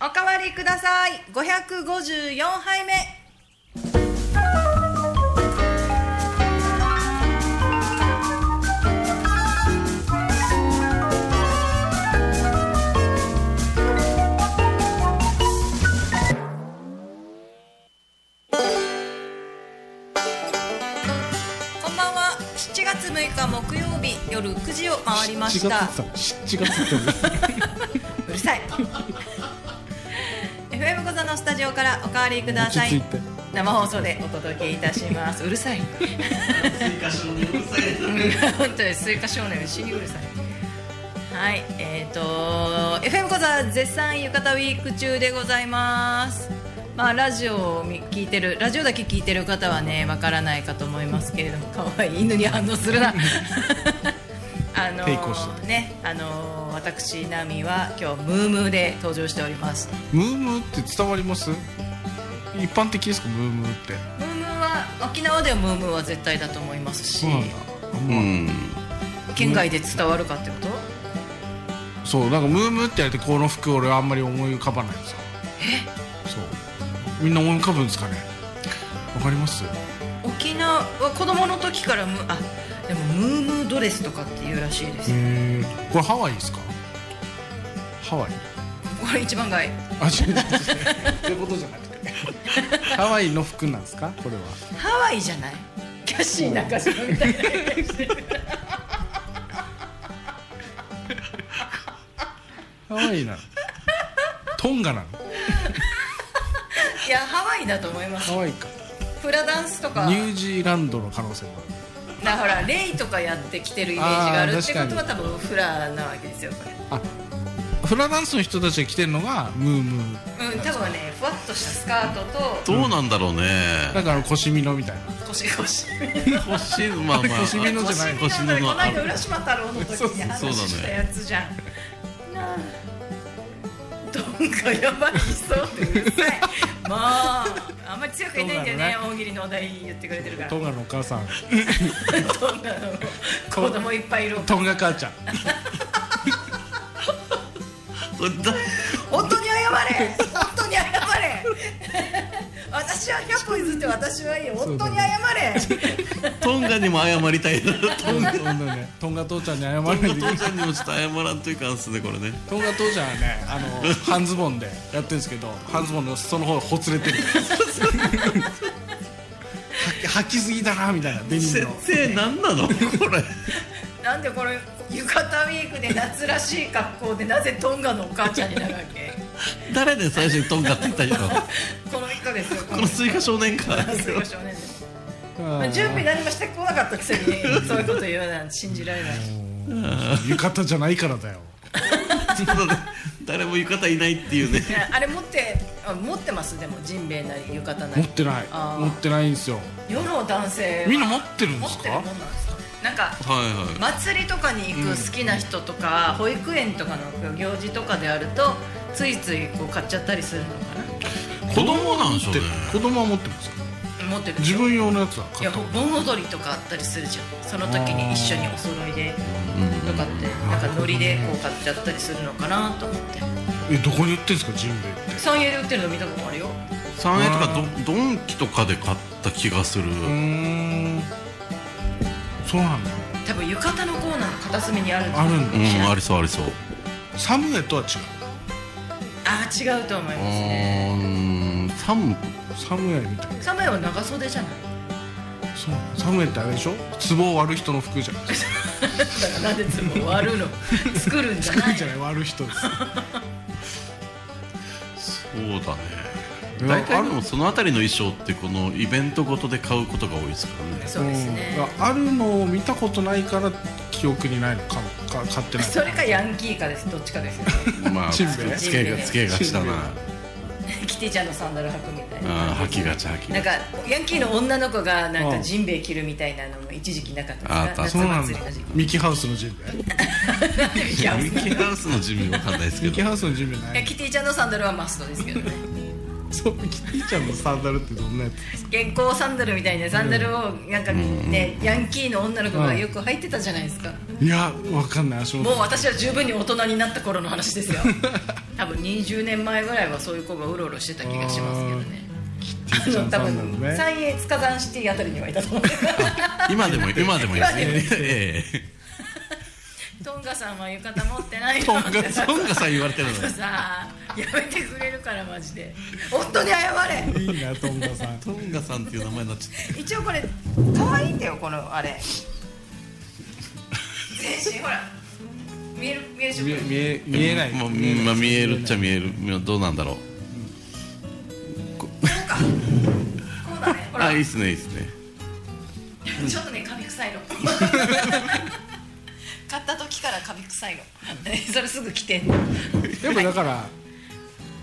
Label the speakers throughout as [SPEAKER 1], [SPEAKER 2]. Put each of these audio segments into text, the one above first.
[SPEAKER 1] おかわりください554杯目こんばんは7月6日木曜日夜9時を回りまし
[SPEAKER 2] 7
[SPEAKER 1] た
[SPEAKER 2] 月って言ったの7月って言ったの
[SPEAKER 1] うるさい FM 小座のスタジオからおかわりください
[SPEAKER 2] 落ち着いて
[SPEAKER 1] 生放送でお届けいたしますうるさい本当にスイカ少年死にうるさいはいえっ、ー、と FM 小座絶賛浴衣ウィーク中でございますまあラジオをみ聞いてるラジオだけ聞いてる方はねわからないかと思いますけれども可愛い犬に反応す るなあの
[SPEAKER 2] 抵抗して
[SPEAKER 1] ーねあのー私ナミは今日ムームーで登場しております
[SPEAKER 2] ムームーって伝わります一般的ですかムームーって
[SPEAKER 1] ムームーは沖縄ではムームーは絶対だと思いますし
[SPEAKER 2] そうなんだあんま
[SPEAKER 3] うん
[SPEAKER 1] 県外で伝わるかってこと
[SPEAKER 2] そうなんかムームーって言われてこの服俺あんまり思い浮かばないんですよそうみんな思い浮かぶんですかねわかります
[SPEAKER 1] 沖縄は子供の時からムあでもムームードレスとかっていうらしいです、
[SPEAKER 2] えー、これハワイですかハワイ
[SPEAKER 1] これ一番外
[SPEAKER 2] あ違う違う違うそういうことじ ゃなくてハワイの服なんですかこれは
[SPEAKER 1] ハワイじゃないキャシー中島みたいな
[SPEAKER 2] ハワイなのトンガなの
[SPEAKER 1] いやハワイだと思います
[SPEAKER 2] ハワイか
[SPEAKER 1] フラダンスとか
[SPEAKER 2] ニュージーランドの可能性もある
[SPEAKER 1] だからレイとかやってきてるイメージがあるってことは
[SPEAKER 2] あー確
[SPEAKER 1] 多分フラなわけですよこれ
[SPEAKER 2] あフラダンスの人たちが着てるのがムームー
[SPEAKER 1] うん多分ねふわっとしたスカートと
[SPEAKER 3] どうなんだろうね。
[SPEAKER 2] だから腰みのみたいな
[SPEAKER 1] 腰腰
[SPEAKER 3] 腰まあまあ。
[SPEAKER 2] 腰みのじゃない
[SPEAKER 3] 腰
[SPEAKER 1] 腰
[SPEAKER 3] み
[SPEAKER 1] の
[SPEAKER 3] の
[SPEAKER 1] こ
[SPEAKER 3] の。
[SPEAKER 1] の間浦島太郎の時に
[SPEAKER 3] そうそう
[SPEAKER 1] 話
[SPEAKER 3] そうだね
[SPEAKER 1] したやつじゃん、なあどんかやばいそうってうるさいもうあんまり強く言えないんだよね大喜利のお題言ってくれてるから
[SPEAKER 2] ト
[SPEAKER 1] ど
[SPEAKER 2] ンガのお母さん
[SPEAKER 1] んなの子供いっぱいいる
[SPEAKER 2] トンガ母ちゃん
[SPEAKER 3] これだ
[SPEAKER 1] 本当に謝れ本当に謝れ私は100歩譲って私はいいよ本当に謝れ
[SPEAKER 3] トンガにも謝りたいな。
[SPEAKER 2] トンガトンガねトンガ父ちゃんに謝らないといけ
[SPEAKER 3] ト
[SPEAKER 2] ない
[SPEAKER 3] ンガにもちょっと謝らんといかんっすねこれね。
[SPEAKER 2] トンガ父ちゃんはねあの半ズボンでやってるんですけど半ズボンのその方ほつれてるは履きすぎだなみたいなデニム
[SPEAKER 3] 設
[SPEAKER 2] の
[SPEAKER 3] 定なんなのこれ。
[SPEAKER 1] なんでこれ浴衣ウィークで夏らしい格好でなぜトンガのお母ちゃんになるわけ
[SPEAKER 3] 誰で最初にトンガって言った人。
[SPEAKER 1] この人ですよこ
[SPEAKER 3] このスイカ少年か。
[SPEAKER 1] すごい少年です
[SPEAKER 2] あー
[SPEAKER 1] 準備何もしてこなかったく せにそういうこと言うなんて信じられない
[SPEAKER 2] 浴衣じゃないからだよ
[SPEAKER 3] 誰も浴衣いないっていうね。
[SPEAKER 1] ねあれ持ってあ持ってますでもジンベエなり浴衣な
[SPEAKER 2] 持っ
[SPEAKER 1] り
[SPEAKER 2] てない
[SPEAKER 1] あー
[SPEAKER 2] 持ってないんですよ
[SPEAKER 1] 世の男性は
[SPEAKER 2] みんな持ってるんで
[SPEAKER 1] 持
[SPEAKER 2] すか
[SPEAKER 1] ってるもんなんですかなんか
[SPEAKER 3] はいは
[SPEAKER 1] 祭りとかに行く好きな人とか、保育園とかの行事とかであるとついついこう買っちゃったりするのか
[SPEAKER 3] い。子供なんでしょうね。
[SPEAKER 2] 子供は持ってますか
[SPEAKER 1] な持ってる
[SPEAKER 2] 自分用のやつはい買
[SPEAKER 1] や
[SPEAKER 2] った
[SPEAKER 1] 盆踊りとかあったりするじゃんその時に一緒にお揃いでとかってなんかノリでこう買っちゃったりするのかなと思って
[SPEAKER 2] えどこに売ってんですかジンベエって
[SPEAKER 1] 三栄で売ってるの見たことあるよ
[SPEAKER 3] 三 A とかドドンキとかで買った気がする。
[SPEAKER 2] うーんそうなんだ
[SPEAKER 1] 多分浴衣のコーナーの片隅にあるんだ
[SPEAKER 2] あるんだ
[SPEAKER 3] うんありそうありそう。
[SPEAKER 2] サムネとは違
[SPEAKER 1] あー違うと思いうますね
[SPEAKER 3] ーん。サム
[SPEAKER 2] うサムネみたい
[SPEAKER 1] サムエは長袖じゃない
[SPEAKER 2] そうサムネってあれでしょ壺を割る人の 服じゃないですか
[SPEAKER 1] だからなんでつも割るの作るんじゃな
[SPEAKER 2] 服
[SPEAKER 1] い
[SPEAKER 2] じゃない割る人です
[SPEAKER 3] そうだね。
[SPEAKER 2] いや
[SPEAKER 3] 大体で
[SPEAKER 2] あ
[SPEAKER 3] も
[SPEAKER 2] る
[SPEAKER 3] そのあたりの衣装ってこのイベントごとで買うことが多いですからね
[SPEAKER 1] そうですね
[SPEAKER 2] うんだからあるのを見たことないから記憶にないのかもか買ってない
[SPEAKER 1] それかヤンキーかですどっちかですよね
[SPEAKER 3] まあ
[SPEAKER 2] チ
[SPEAKER 3] つ
[SPEAKER 2] ンベエ
[SPEAKER 3] つけがつけがちだな
[SPEAKER 1] キティちゃんのサンダル履くみたい
[SPEAKER 3] あ
[SPEAKER 1] な
[SPEAKER 3] ー履きがち履き
[SPEAKER 1] なん
[SPEAKER 3] がち
[SPEAKER 1] かヤンキーの女の子がなん
[SPEAKER 2] う
[SPEAKER 1] か
[SPEAKER 2] ん
[SPEAKER 1] ジンベエ着るみたいなのも一時期なかった
[SPEAKER 3] あ
[SPEAKER 1] か
[SPEAKER 3] あ
[SPEAKER 1] ら
[SPEAKER 3] った
[SPEAKER 1] 夏
[SPEAKER 2] そうなん
[SPEAKER 1] 祭
[SPEAKER 2] だ
[SPEAKER 1] りの時期
[SPEAKER 2] ミキハウスのジンベエ
[SPEAKER 1] いや
[SPEAKER 3] ミッキーハウスの準備わかんないですけ
[SPEAKER 2] ミキ
[SPEAKER 3] ど
[SPEAKER 2] ハウスのジンベエない
[SPEAKER 1] キティちゃんのサンダルはマストですけどね
[SPEAKER 2] そうキティちゃんのサンダルってどんなやつです
[SPEAKER 1] 健康サンダルみたいなサンダルをなんかね、ヤンキーの女の子がよく履いてたじゃないですか、
[SPEAKER 2] かいやわかんない足
[SPEAKER 1] もう
[SPEAKER 2] 元
[SPEAKER 1] 私は十分に大人になった頃の話 ですよ多分20年前ぐらいはそういう子がうろうろしてた気がしますけどね
[SPEAKER 2] キティち
[SPEAKER 1] あ
[SPEAKER 2] ゃ
[SPEAKER 1] の
[SPEAKER 2] ん
[SPEAKER 1] 多
[SPEAKER 2] サン
[SPEAKER 1] 分
[SPEAKER 2] ダルね
[SPEAKER 1] 三栄塚山シティあたりにはいた と思う
[SPEAKER 3] 今でも今でもいいですねえ
[SPEAKER 1] トンガさんは浴衣持ってないの
[SPEAKER 3] えトンガトンガさん言われてるの
[SPEAKER 1] さあやめてくれるからマジで夫に謝れ
[SPEAKER 2] いいなトンガさん
[SPEAKER 3] トンガさんっていう名前になっちゃっ
[SPEAKER 1] 一応これ可愛いんだよこのあれ 全身ほら見える見えるでしょこれ
[SPEAKER 2] 見え見え見えない
[SPEAKER 3] まあ、まあ、見えるっちゃ見えるどうなんだろう
[SPEAKER 1] こうだねほら
[SPEAKER 3] あいいっすねいいっすね
[SPEAKER 1] ちょっとね、カビ臭い の。買った時からカビ臭いの。 それすぐ着てんの。
[SPEAKER 2] やっぱだから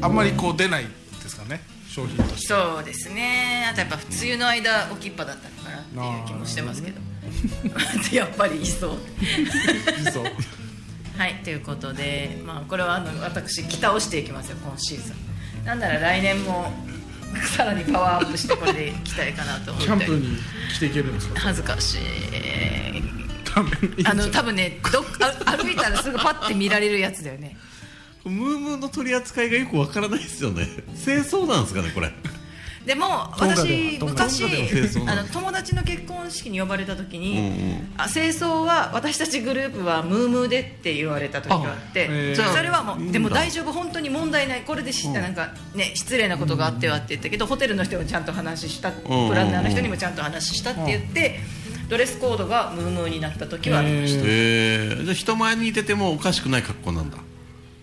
[SPEAKER 2] あんまりこう出ないですかね商品として
[SPEAKER 1] そうですね。あとやっぱ梅雨の間置きっぱだったのかなっていう気もしてますけど。 やっぱりいそう。
[SPEAKER 2] そう
[SPEAKER 1] はい、ということで、まあこれはあの私着倒していきますよ今シーズン。なんなら来年も さらにパワーアップしてこれで着たいかなと思
[SPEAKER 2] キャン
[SPEAKER 1] っ
[SPEAKER 2] プ
[SPEAKER 1] て。
[SPEAKER 2] に着ていけるんですか
[SPEAKER 1] 恥ずかしい。
[SPEAKER 2] ダメいいんじゃ
[SPEAKER 1] あ
[SPEAKER 2] ん
[SPEAKER 1] の多分ね、どっあ歩いたらすぐパッて見られるやつだよね。
[SPEAKER 3] ムームーの取り扱いがよくわからないですよね清掃なんですかねこれ
[SPEAKER 1] でも
[SPEAKER 2] トンガ
[SPEAKER 1] 私
[SPEAKER 2] でトンガ
[SPEAKER 1] 昔
[SPEAKER 3] トンガでも清掃な
[SPEAKER 1] あ
[SPEAKER 3] の
[SPEAKER 1] の友達の結婚式に呼ばれた時に、
[SPEAKER 3] うんうん
[SPEAKER 1] あ清掃は私たちグループはムームーでって言われた時があって
[SPEAKER 2] あへー
[SPEAKER 1] それはも
[SPEAKER 3] いいん
[SPEAKER 1] う
[SPEAKER 3] だ
[SPEAKER 1] でも大丈夫本当に問題ないこれでしなんかね失礼なことがあってはって言ったけどホテルの人にもちゃんと話したプ
[SPEAKER 3] うんうん
[SPEAKER 1] ランナーの人にもちゃんと話したって言ってドレスコードがムームーになった時はありました。
[SPEAKER 3] へえじゃあ人前に出てもおかしくない格好なんだ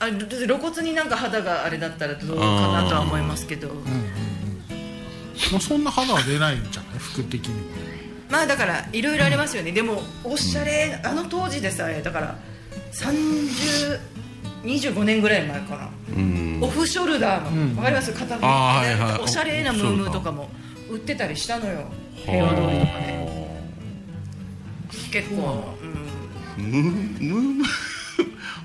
[SPEAKER 1] あ露露骨になんか肌があれだったらどうかなとは思いますけど。
[SPEAKER 2] まあ、そんな肌は出ないんじゃない服的には
[SPEAKER 1] まあだからいろいろありますよね、でもおしゃれ、あの当時でさえだから3025年ぐらい前かな、
[SPEAKER 3] うん
[SPEAKER 1] オフショルダーの、わ
[SPEAKER 2] ん
[SPEAKER 1] かります肩
[SPEAKER 3] あ
[SPEAKER 1] の、
[SPEAKER 3] ーはいはい
[SPEAKER 1] おしゃれなムームーとかも売ってたりしたのよ平和通りとかで結構、うん、
[SPEAKER 3] ムームー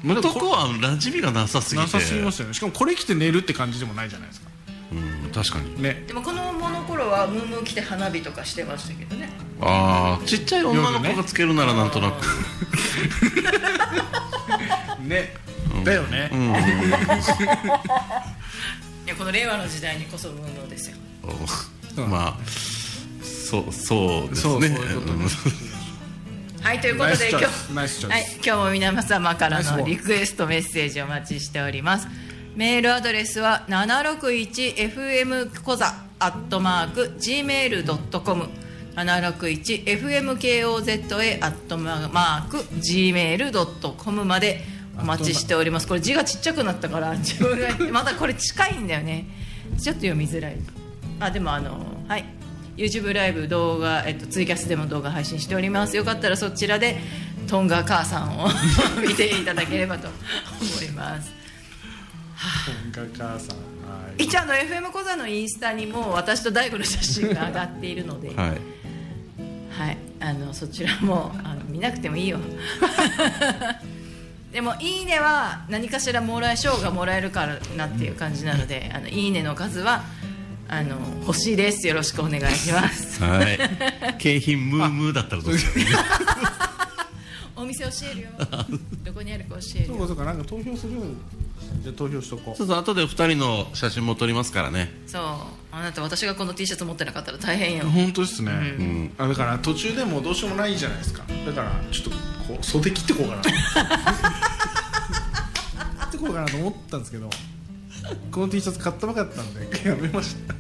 [SPEAKER 3] ムー男は馴染みがなさすぎ
[SPEAKER 2] な
[SPEAKER 3] て
[SPEAKER 2] さすぎますよねしかもこれ着て寝るって感じでもないじゃないですか
[SPEAKER 3] うん確かに
[SPEAKER 2] ね
[SPEAKER 1] でもこのもの頃はムームー着て花火とかしてましたけどね
[SPEAKER 3] ああちっちゃい女の子がつけるならなんとなく、
[SPEAKER 2] ね、だよね、
[SPEAKER 3] うん
[SPEAKER 1] いやこの令和の時代にこそムームーですよ
[SPEAKER 3] うんまあそうそうですね
[SPEAKER 2] そうそういうことね
[SPEAKER 1] はいというこ
[SPEAKER 2] ナイ
[SPEAKER 1] と
[SPEAKER 2] ス
[SPEAKER 1] で
[SPEAKER 2] チ
[SPEAKER 1] 今
[SPEAKER 2] ョイ
[SPEAKER 1] 日
[SPEAKER 2] スナイスチョ
[SPEAKER 1] は
[SPEAKER 2] イ
[SPEAKER 1] い
[SPEAKER 2] ス、、
[SPEAKER 1] 今日も皆様からのリクエストメッセージをお待ちしております。メールアドレスは761 FM コザアットマーク gmail ドットコム。761 FM K O Z A アットマーク gmail ドットコムまでお待ちしております。これ字がちっちゃくなったから自分がまだこれ近いんだよね。ちょっと読みづらい。あでもあのはい。YouTube ライブ動画、えっと、ツイキャスでも動画配信しておりますよかったらそちらでトンガ母さんを 見ていただければと思います
[SPEAKER 2] 本家母さんはい
[SPEAKER 1] 一応あの FM 小座のインスタにも私と大悟の写真が上がっているので、はい
[SPEAKER 3] はい
[SPEAKER 1] あのそちらもあの見なくてもいいよ でも「いいね」は何かしらもらえ賞がもらえるからなっていう感じなので「あのいいね」の数はあの欲しいですよろしくお願いし ます
[SPEAKER 3] はい 景品ムームーだったらどうしよ
[SPEAKER 1] お店教えるよどこにあるか教える
[SPEAKER 2] そう
[SPEAKER 1] よ
[SPEAKER 2] かそうかなんか投票するじゃあ投票しとこ
[SPEAKER 3] うちょっと後で二人の写真も撮りますからね
[SPEAKER 1] そうあなた私がこの T シャツ持ってなかったら大変よ
[SPEAKER 2] う本当ですね、
[SPEAKER 3] ん
[SPEAKER 2] あだから途中でもうどうしようもないじゃないですかだからちょっとこう袖切ってこうかな切ってこうかなと思ったんですけどこの T シャツ買ったばかりだったんでやめました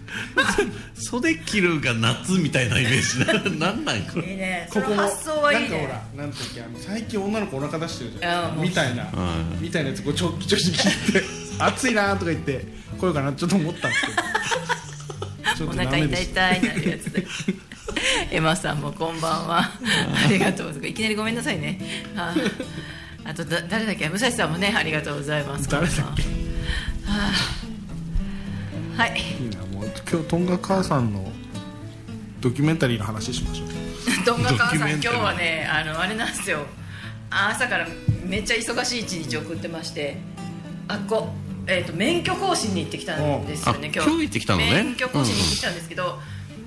[SPEAKER 3] 袖着るが夏みたいなイメージななんなんこ れ
[SPEAKER 1] いいね
[SPEAKER 2] ここ
[SPEAKER 1] そ
[SPEAKER 2] も
[SPEAKER 1] の発想はいい
[SPEAKER 2] なん
[SPEAKER 1] ね
[SPEAKER 2] かほらなんていうっけあの最近女の子お腹出してるじゃ
[SPEAKER 1] あ
[SPEAKER 2] ん
[SPEAKER 1] もう
[SPEAKER 2] みたいな、
[SPEAKER 3] う
[SPEAKER 2] みたいなやつこうちょきちょき切って「暑いな」とか言って来ようかなちょっと思ったんですけどちょ
[SPEAKER 1] お
[SPEAKER 2] っとダ
[SPEAKER 1] 腹
[SPEAKER 2] メ
[SPEAKER 1] 痛
[SPEAKER 2] で
[SPEAKER 1] い
[SPEAKER 2] した
[SPEAKER 1] 痛いなるやつでエマさんもこんばんはありがとうございますいきなりごめんなさいねあーあとだ誰だっけ武蔵さんもねありがとうございます
[SPEAKER 2] 誰だっけ
[SPEAKER 1] こんばんはあーはい
[SPEAKER 2] いいなもう今日とんが母さんのドキュメンタリーの話しましょう
[SPEAKER 1] どんが母
[SPEAKER 3] ドキュ
[SPEAKER 1] さん
[SPEAKER 3] メ
[SPEAKER 1] 今
[SPEAKER 3] ン
[SPEAKER 1] 日
[SPEAKER 3] タリー
[SPEAKER 1] はねあのあれなんですよ朝からめっちゃ忙しい一日送ってましてあっこえっ、と免許更新に行ってきたんですよね
[SPEAKER 3] あ
[SPEAKER 1] 今日
[SPEAKER 3] 今日行ってきたのね
[SPEAKER 1] 免許更新に行ってきたんですけど、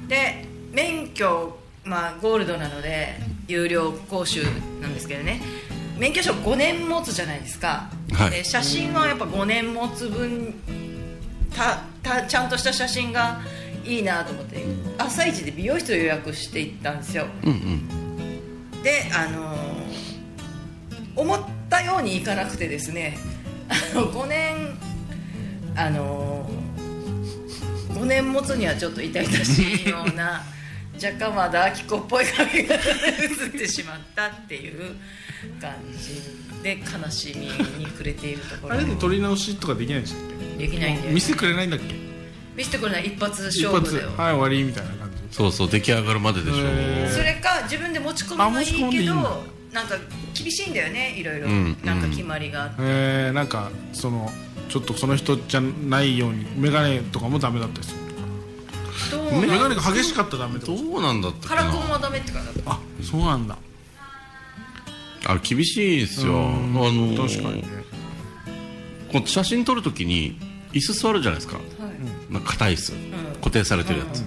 [SPEAKER 1] で免許まあゴールドなので有料講習なんですけどね免許証5年持つじゃないですか、
[SPEAKER 3] はい
[SPEAKER 1] で写真はやっぱ5年持つ分たたちゃんとした写真がいいなと思って朝一で美容室を予約して行ったんですよ
[SPEAKER 3] うんうん
[SPEAKER 1] であのー思ったようにいかなくてですねあの5年あのー、5年持つにはちょっと痛々しいような 若干まだ秋子っぽい髪型が映ってしまったっていう感じで悲しみに暮れているとこ
[SPEAKER 2] あ
[SPEAKER 1] ろ
[SPEAKER 2] れで
[SPEAKER 1] で
[SPEAKER 2] 取り直しとかできないんでしたっ
[SPEAKER 1] できないん
[SPEAKER 2] け
[SPEAKER 1] で
[SPEAKER 2] 見せてくれないんだっけ
[SPEAKER 1] 見せてくれない一発
[SPEAKER 2] 一
[SPEAKER 1] 勝負
[SPEAKER 2] 発
[SPEAKER 1] だよ
[SPEAKER 2] はい終わりみたいな感じ
[SPEAKER 3] そうそう出来上がるまででしょ
[SPEAKER 2] へー
[SPEAKER 1] それか自分で持ち込みがい
[SPEAKER 2] あ持ち込
[SPEAKER 1] い
[SPEAKER 2] んで
[SPEAKER 1] け
[SPEAKER 2] いい
[SPEAKER 1] ど
[SPEAKER 2] の
[SPEAKER 1] なんか厳しいんだよねいろいろ、
[SPEAKER 3] うん
[SPEAKER 1] なんか決まりがあって
[SPEAKER 2] えー、なんかそのちょっとその人じゃないように眼鏡とかもダメだったりする
[SPEAKER 1] どうなん
[SPEAKER 2] 眼鏡が激しかったらダメって
[SPEAKER 3] ど
[SPEAKER 2] こと
[SPEAKER 3] うなんだった
[SPEAKER 1] カ
[SPEAKER 3] か
[SPEAKER 1] ラ
[SPEAKER 3] な
[SPEAKER 1] コンはダメってか
[SPEAKER 2] あそうなんだ
[SPEAKER 3] あ厳しいですよあ
[SPEAKER 2] うん
[SPEAKER 3] のー
[SPEAKER 2] 確かにね
[SPEAKER 3] こう写真撮るときに椅子座るじゃないですか
[SPEAKER 1] はい
[SPEAKER 3] なんか硬い椅子、固定されてるやつ、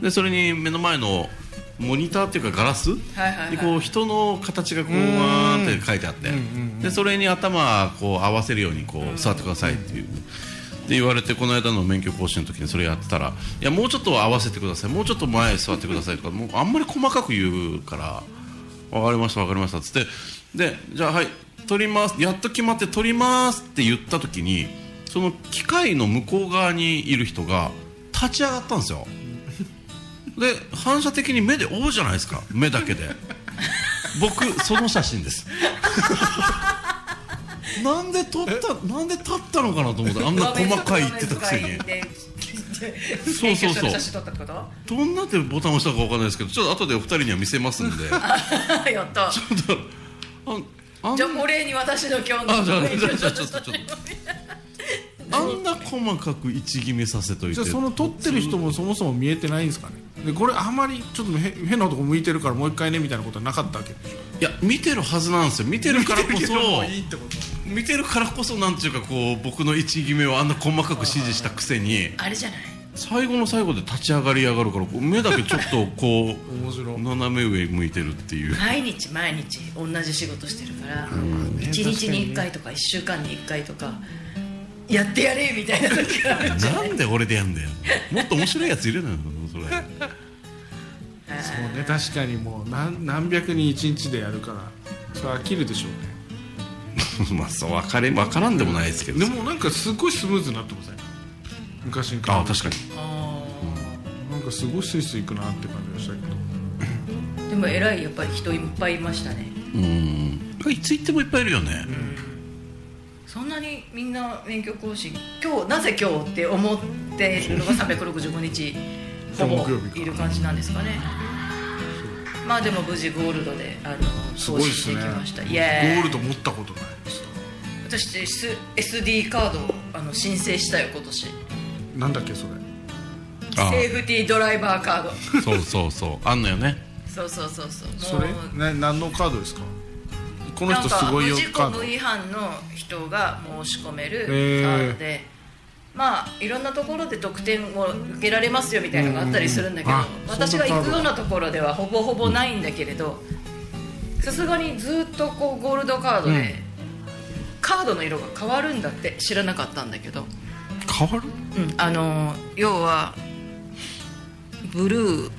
[SPEAKER 3] でそれに目の前のモニターっていうかガラス、
[SPEAKER 1] はいはいはい
[SPEAKER 3] でこう人の形がこうわーって書いてあって、でそれに頭こう合わせるようにこう座ってくださいっていう。で言われてこの間の免許更新の時にそれやってたら「いやもうちょっと合わせてくださいもうちょっと前へ座ってください」とかもうあんまり細かく言うから「分かりました分かりました」っつってで「じゃあはい取りますやっと決まって取ります」って言った時にその機械の向こう側にいる人が立ち上がったんですよで反射的に目で追うじゃないですか目だけで僕その写真です なんで撮ったなんで立ったのかなと思ってあんな細かい言ってたくせに
[SPEAKER 1] そうそう
[SPEAKER 3] そうそうそう
[SPEAKER 1] 写真撮ったってこと
[SPEAKER 3] どんなでボタン押したかわかんないですけどちょっと後でお二人には見せますんであ
[SPEAKER 1] やった
[SPEAKER 3] あん
[SPEAKER 1] じゃあお礼に私の今日の
[SPEAKER 3] あじゃあじゃあじゃあちょっとちょっとあんな細かく位置決めさせとい
[SPEAKER 2] じ
[SPEAKER 3] て
[SPEAKER 2] ゃあその撮ってる人もそもそも見えてないんですかねでこれあまりちょっとへ変なとこ向いてるからもう一回ねみたいなことはなかったわけでしょ
[SPEAKER 3] いや見てるはずなんですよ見てるからこそ
[SPEAKER 2] もういいってこと
[SPEAKER 3] 見てるからこそなんていうかこう僕の位置決めをあんな細かく指示したくせに
[SPEAKER 1] あれじゃない
[SPEAKER 3] 最後の最後で立ち上がり上がるからこう目だけちょっとこ
[SPEAKER 2] 面白
[SPEAKER 3] う
[SPEAKER 2] い
[SPEAKER 3] 斜め上向いてるっていう
[SPEAKER 1] 毎日毎日同じ仕事してるから一日に1回とか1週間に1回とかやってやれみたいな時があるじゃん
[SPEAKER 3] なんで俺でやんだよもっと面白いやついるのよそれ
[SPEAKER 2] そうね確かにもう何何百人一日でやるからそれ飽きるでしょうね
[SPEAKER 3] まあそう分かれ分からんでもないですけど
[SPEAKER 2] でもなんかすごいスムーズになってません昔に比べて
[SPEAKER 3] あ確かに
[SPEAKER 1] あ
[SPEAKER 2] なんかすごいスイスイいくなって感じがしたけど
[SPEAKER 1] ーでも偉いやっぱり人いっぱいいましたね
[SPEAKER 3] うんいつ行ってもいっぱいいるよね、
[SPEAKER 1] そんなにみんな免許更新今日なぜ今日って思っているのが365日 ほぼ
[SPEAKER 2] 木曜日か
[SPEAKER 1] いる感じなんですかねまあでも無事ゴールドであの
[SPEAKER 2] すごい
[SPEAKER 1] 更
[SPEAKER 2] で
[SPEAKER 1] 新
[SPEAKER 2] す
[SPEAKER 1] で
[SPEAKER 2] ね
[SPEAKER 1] きましたイ
[SPEAKER 2] ゴ
[SPEAKER 1] エーイ
[SPEAKER 2] ールド持ったことないですよ
[SPEAKER 1] 私 S SD カードをあの申請したよ今年
[SPEAKER 2] なんだっけそれ
[SPEAKER 3] あ
[SPEAKER 1] セーフティードライバーカード
[SPEAKER 3] そうそうそうあんのよね
[SPEAKER 1] そうそうそうそう
[SPEAKER 2] それ
[SPEAKER 1] もう
[SPEAKER 2] な何のカードですかこの
[SPEAKER 1] なん
[SPEAKER 2] 人
[SPEAKER 1] か
[SPEAKER 2] すごいよ
[SPEAKER 1] 無事
[SPEAKER 2] カー
[SPEAKER 1] 故
[SPEAKER 2] ド
[SPEAKER 1] 無違反の人が申し込めるカ
[SPEAKER 2] へー
[SPEAKER 1] ードで、まあいろんなところで特典を受けられますよみたいなのがあったりするんだけど、
[SPEAKER 2] うんうんあ
[SPEAKER 1] 私が
[SPEAKER 2] そん
[SPEAKER 1] 行く
[SPEAKER 2] なカード
[SPEAKER 1] ようなところではほぼほぼないんだけれどさすがにずっとこうゴールドカードで、
[SPEAKER 2] うん
[SPEAKER 1] カードの色が変わるんだって知らなかったんだけど、
[SPEAKER 2] 変わる
[SPEAKER 1] うん、あの要はブルー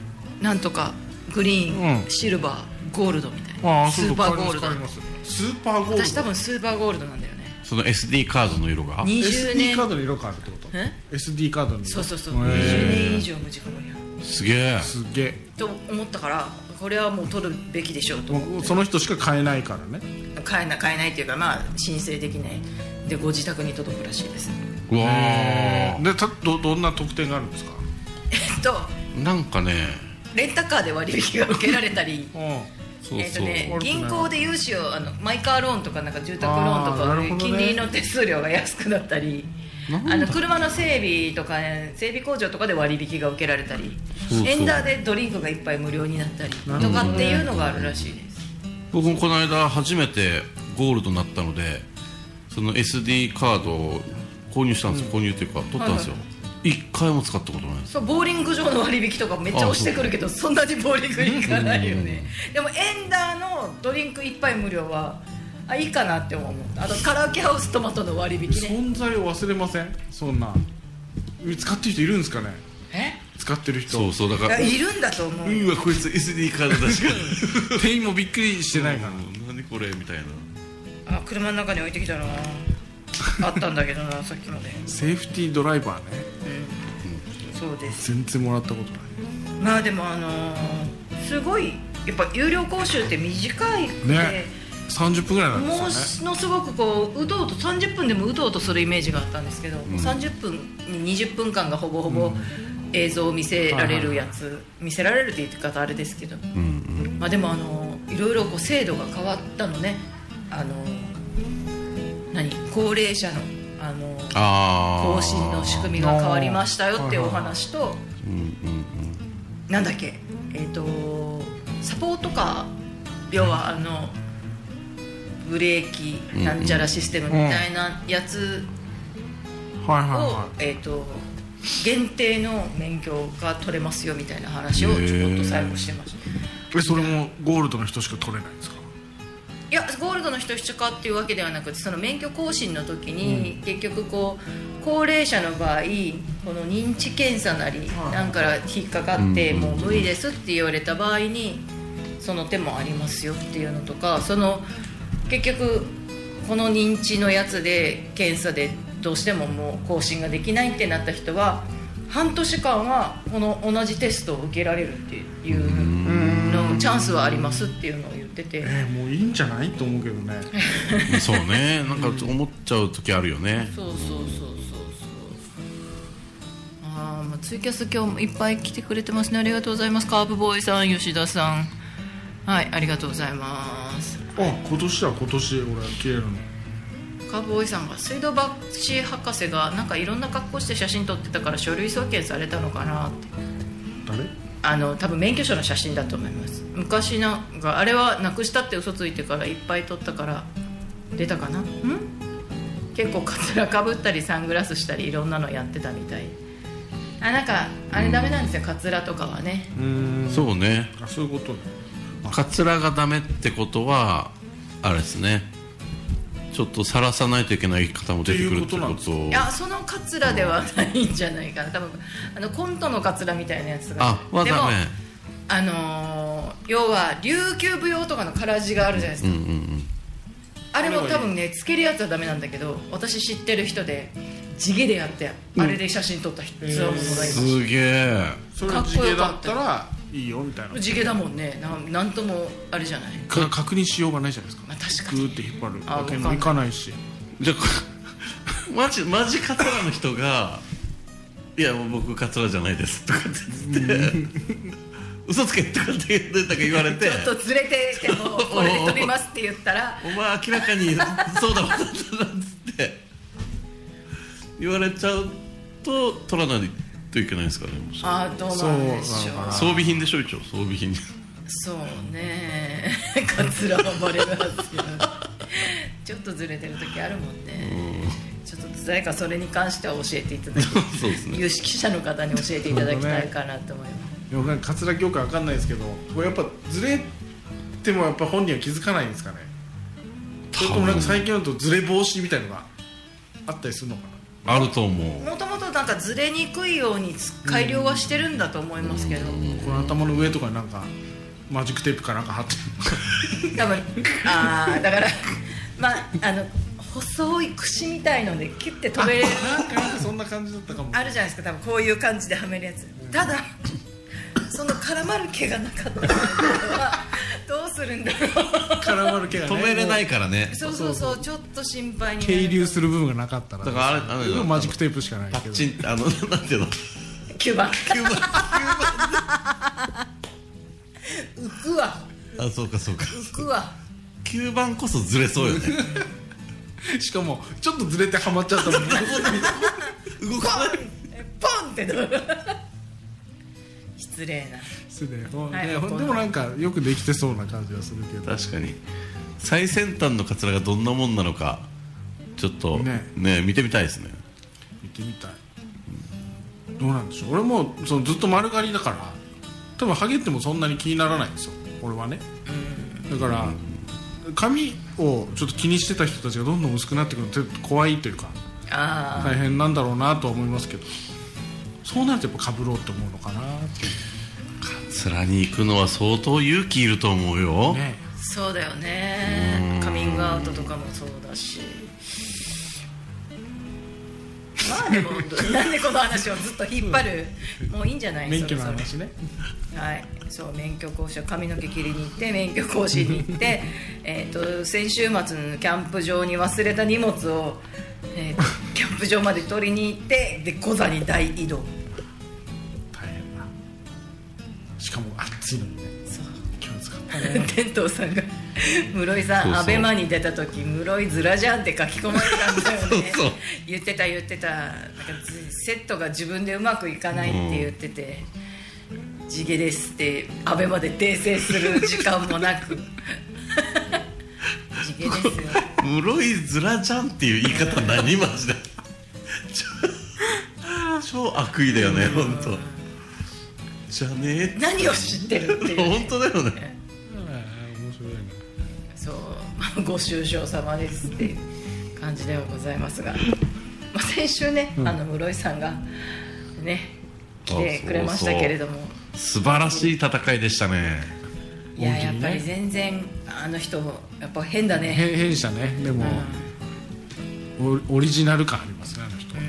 [SPEAKER 1] なんとかグリーン、
[SPEAKER 2] うん
[SPEAKER 1] シルバーゴールドみたい
[SPEAKER 2] あ
[SPEAKER 1] な
[SPEAKER 2] あ
[SPEAKER 1] ス
[SPEAKER 2] そ
[SPEAKER 1] ー
[SPEAKER 2] うそう
[SPEAKER 1] パーゴールド
[SPEAKER 2] 変わります変わりますスーパーゴールド
[SPEAKER 1] 私多分スーパーゴールドなんだよね
[SPEAKER 3] その SD カードの色が
[SPEAKER 1] 20
[SPEAKER 2] SD
[SPEAKER 1] 年
[SPEAKER 2] カードの色変わるってこと
[SPEAKER 1] え
[SPEAKER 2] SD カードの色
[SPEAKER 1] そうそうそう
[SPEAKER 2] へ
[SPEAKER 1] 20
[SPEAKER 2] え
[SPEAKER 1] 年以上無事故無違反
[SPEAKER 3] すげえ
[SPEAKER 2] すげえ
[SPEAKER 1] と思ったからこれはもう取るべきでしょうと
[SPEAKER 2] もうその人しか買えないからね
[SPEAKER 1] 買えない買えないっていうかまあ申請できないでご自宅に届くらしいです
[SPEAKER 3] うわー
[SPEAKER 2] でたどどんな特典があるんですか
[SPEAKER 1] えっと
[SPEAKER 3] なんかね
[SPEAKER 1] レンタカーで割引が受けられたり
[SPEAKER 3] そう
[SPEAKER 1] えっと
[SPEAKER 3] そう、
[SPEAKER 1] ね
[SPEAKER 2] 悪、くない
[SPEAKER 1] 銀行で融資をあのマイカーローンとかなんか住宅ローンと
[SPEAKER 2] あーな
[SPEAKER 1] か
[SPEAKER 2] る
[SPEAKER 1] で、
[SPEAKER 2] ほどね
[SPEAKER 1] 金利の手数料が安くなったり
[SPEAKER 3] なんだ
[SPEAKER 1] あの車の整備とか、ね、整備工場とかで割引が受けられたり
[SPEAKER 3] そうそう
[SPEAKER 1] エンダーでドリンクがいっぱい無料になったりと
[SPEAKER 2] なるほどね
[SPEAKER 1] かっていうのがあるらしいです
[SPEAKER 3] 僕もこの間初めてゴールドになったのでその SD カードを購入したんですよ、購入っていうか取ったんですよ、一回も使ったことないです
[SPEAKER 1] そうボーリング場の割引とかめっちゃ押してくるけどそんなにボーリングに行かないよねでもエンダーのドリンク1杯無料はあいいかなって思うあとカラオケハウストマトの割引ね
[SPEAKER 2] 存在を忘れませんそんな使ってる人いるんですかね
[SPEAKER 1] え
[SPEAKER 2] 使ってる人
[SPEAKER 3] そうそうだ
[SPEAKER 1] い
[SPEAKER 3] から
[SPEAKER 1] やいるんだと思う
[SPEAKER 3] うわこいつ SD カード出しか
[SPEAKER 2] 店員もびっくりしてないからら
[SPEAKER 3] 何これみたいな
[SPEAKER 1] あ車の中に置いてきたなあったんだけどな さっきまで、
[SPEAKER 2] セーフティードライバーね
[SPEAKER 1] うん、そうです
[SPEAKER 2] 全然もらったことない
[SPEAKER 1] まあでもあのーすごいやっぱ有料講習って短いって、
[SPEAKER 2] ね30分ぐらいなん
[SPEAKER 1] も
[SPEAKER 2] ですよね
[SPEAKER 1] のすごくこううとうと30分でもうとうとするイメージがあったんですけど、30分に20分間がほぼほぼ映像を見せられるやつ、見せられるって言い方あれですけど、
[SPEAKER 3] うんうん
[SPEAKER 1] まあ、でもあのいろいろこう制度が変わったのねあの何高齢者のあの
[SPEAKER 3] ああ
[SPEAKER 1] 更新の仕組みが変わりましたよっていうお話と
[SPEAKER 3] みうんうん
[SPEAKER 1] なんだっけえっ、とサポートカー要はあのブレーキなんちゃらシステムみたいなやつ
[SPEAKER 2] はいはい
[SPEAKER 1] を、
[SPEAKER 2] は
[SPEAKER 1] えっ、と限定の免許が取れますよみたいな話をちょこっと最後してました。
[SPEAKER 2] いえそれもゴールドの人しか取れないんですか
[SPEAKER 1] いやゴールドの人しかっていうわけではなくてその免許更新の時に、結局こう高齢者の場合この認知検査なり
[SPEAKER 2] はい
[SPEAKER 1] なんから引っかかって、
[SPEAKER 3] うんうん
[SPEAKER 1] も
[SPEAKER 3] うん
[SPEAKER 1] う無理ですって言われた場合にその手もありますよっていうのとかその結局この認知のやつで検査でどうしてももう更新ができないってなった人は半年間はこの同じテストを受けられるっていうのチャンスはありますっていうのを言ってて。
[SPEAKER 2] えーもういいんじゃないと思うけどね
[SPEAKER 3] うんそう ねなんか思っちゃう時あるよね
[SPEAKER 1] そうそうそうそうそう。ああ、まあツイキャス今日もいっぱい来てくれてますね。ありがとうございます。カーブボーイさん、吉田さん。はい、ありがとうございます。
[SPEAKER 2] あ今年だ今年俺切れるの
[SPEAKER 1] カーブボーイさんが水道橋博士がなんかいろんな格好して写真撮ってたから書類送検されたのかなって。
[SPEAKER 2] 誰
[SPEAKER 1] あの多分免許証の写真だと思います昔なんかあれはなくしたって嘘ついてからいっぱい撮ったから出たかなん結構カツラかぶったりサングラスしたりいろんなのやってたみたいあなんかあれダメなんですよカツラとかはね
[SPEAKER 2] うーん
[SPEAKER 3] そうね
[SPEAKER 2] あそういうことね
[SPEAKER 3] カツラがダメってことはあれですねちょっとさらさないといけない方も出てくるってこと
[SPEAKER 2] ってい
[SPEAKER 1] いやそのカツラではないんじゃないかな多分あのコントのカツラみたいなやつが
[SPEAKER 3] あは
[SPEAKER 1] でも
[SPEAKER 3] ダメ
[SPEAKER 1] あのー要は琉球舞踊とかのカラジがあるじゃないですか
[SPEAKER 3] うんうんうん
[SPEAKER 1] あれも多分ねつけるやつはダメなんだけど私知ってる人で地毛でやってあれで写真撮った人、
[SPEAKER 2] うん
[SPEAKER 1] つわものがいます、
[SPEAKER 3] すげえ
[SPEAKER 2] それが地毛だったらいいよみたいな
[SPEAKER 1] 地毛だもんねなんなんともあれじゃない
[SPEAKER 2] か確認しようがないじゃないですか
[SPEAKER 1] まあ確か
[SPEAKER 2] グ
[SPEAKER 1] に
[SPEAKER 2] ーって引っ張る
[SPEAKER 1] あ
[SPEAKER 2] わけに
[SPEAKER 1] わ
[SPEAKER 2] も
[SPEAKER 1] かんない
[SPEAKER 2] いかないし
[SPEAKER 3] じゃあこ マジマジカツラの人が「いやもう僕カツラじゃないです」とかって言って「嘘つけ」とかって言ってなんか言われて
[SPEAKER 1] ちょっとずれてしてもこれで撮りますって言ったら
[SPEAKER 3] 「お前明らかにそうだわ」だっつって言われちゃうと取らないといけないですからねもし
[SPEAKER 1] ああどうなんでしょ
[SPEAKER 2] そうなのかな
[SPEAKER 3] 装備品でしょ一応装 備品
[SPEAKER 1] うそうねカツラはバレるはずよちょっとずれてる時あるもんねちょっと誰かそれに関しては教えていただ き
[SPEAKER 3] そうですね
[SPEAKER 1] 有識者の方に教えていただきたいかなと思います
[SPEAKER 2] でもなんかカツラ業界わかんないですけどこれやっぱずれてもやっぱ本人は気づかないんですかねそれともなんか最近だとずれ防止みたいのがあったりするのか
[SPEAKER 3] あると思う
[SPEAKER 1] もともとなんかずれにくいように改良はしてるんだと思いますけど、
[SPEAKER 2] なこの頭の上とかになんかマジックテープかなんか貼って
[SPEAKER 1] 多分ああだからまああの細い櫛みたいのでキュッて飛べる
[SPEAKER 2] なんか なんかそんな感じだったかも
[SPEAKER 1] あるじゃないですか多分こういう感じではめるやつただその絡まる毛がなかったのはどうするんだろ
[SPEAKER 2] 絡まる毛が、ね、
[SPEAKER 3] 止めれないいからね
[SPEAKER 1] うそうそうそうちょっと心配になる
[SPEAKER 2] 渓流する部分がなかったら
[SPEAKER 3] だからあれあれだよ
[SPEAKER 2] マジックテープしかない
[SPEAKER 3] パ
[SPEAKER 2] け
[SPEAKER 3] ッ
[SPEAKER 2] ど
[SPEAKER 3] チンあのなんていうの
[SPEAKER 1] 9番
[SPEAKER 3] 吸 盤
[SPEAKER 1] 浮くわ
[SPEAKER 3] あそうかそうか
[SPEAKER 1] 浮くわ
[SPEAKER 3] 吸盤こそずれそうよね
[SPEAKER 2] しかもちょっとずれてはまっちゃった もんね
[SPEAKER 3] 動かない
[SPEAKER 1] ポンってどう失礼な
[SPEAKER 2] すでに
[SPEAKER 1] はい
[SPEAKER 2] ねでもなんかよくできてそうな感じがするけど
[SPEAKER 3] 確かに最先端のカツラがどんなもんなのかちょっとね
[SPEAKER 2] ね
[SPEAKER 3] 見てみたいですね
[SPEAKER 2] ってみたいどうなんでしょう俺もそのずっと丸刈りだから多分ハゲってもそんなに気にならないんですよ俺はねだから髪をちょっと気にしてた人たちがどんどん薄くなってくるのちょっと怖いというか
[SPEAKER 1] あ
[SPEAKER 2] 大変なんだろうなとは思いますけどそうなるとやっぱかぶろうと思うのかなって
[SPEAKER 3] つらに行くのは相当勇気いると思うよ、
[SPEAKER 2] ね
[SPEAKER 1] あそうだよねカミングアウトとかもそうだしまあ でもなんでこの話をずっと引っ張るもういいんじゃない
[SPEAKER 2] 免許の
[SPEAKER 1] そろそろ
[SPEAKER 2] 話ね
[SPEAKER 1] はい、そう免許講習髪の毛切りに行って免許講師に行って えーと先週末のキャンプ場に忘れた荷物を、えーとキャンプ場まで取りに行ってで小座に大移動
[SPEAKER 2] 大変なしかも暑いのにね
[SPEAKER 1] そう
[SPEAKER 2] 気を使って
[SPEAKER 1] 天童さんが室井さん
[SPEAKER 3] そうそう
[SPEAKER 1] アベマに出た時室井ずらじゃんって書き込まれたんだよね
[SPEAKER 3] そうそう
[SPEAKER 1] 言ってた言ってたなんかずセットが自分でうまくいかないって言ってて。地毛ですってアベマで訂正する時間もなく地毛ですよ
[SPEAKER 3] 室井ずらちゃんっていう言い方何マジで 超超悪意だよね本当じゃね
[SPEAKER 1] 何を知ってるってい
[SPEAKER 3] え
[SPEAKER 1] うね、
[SPEAKER 3] 本当だよね
[SPEAKER 2] 面白いな
[SPEAKER 1] そうまあご愁傷様ですっていう感じではございますが、まあ、先週ね、あの室井さんがね来てくれましたけれども
[SPEAKER 3] 素晴らしい戦いでしたね
[SPEAKER 1] いや
[SPEAKER 2] 本当
[SPEAKER 1] やっ
[SPEAKER 2] にね
[SPEAKER 1] ぱり全然あの人やっぱ変だね、
[SPEAKER 2] 変変したねで
[SPEAKER 1] う
[SPEAKER 2] も
[SPEAKER 1] ん、
[SPEAKER 2] オオリジナル感ありますねあの人は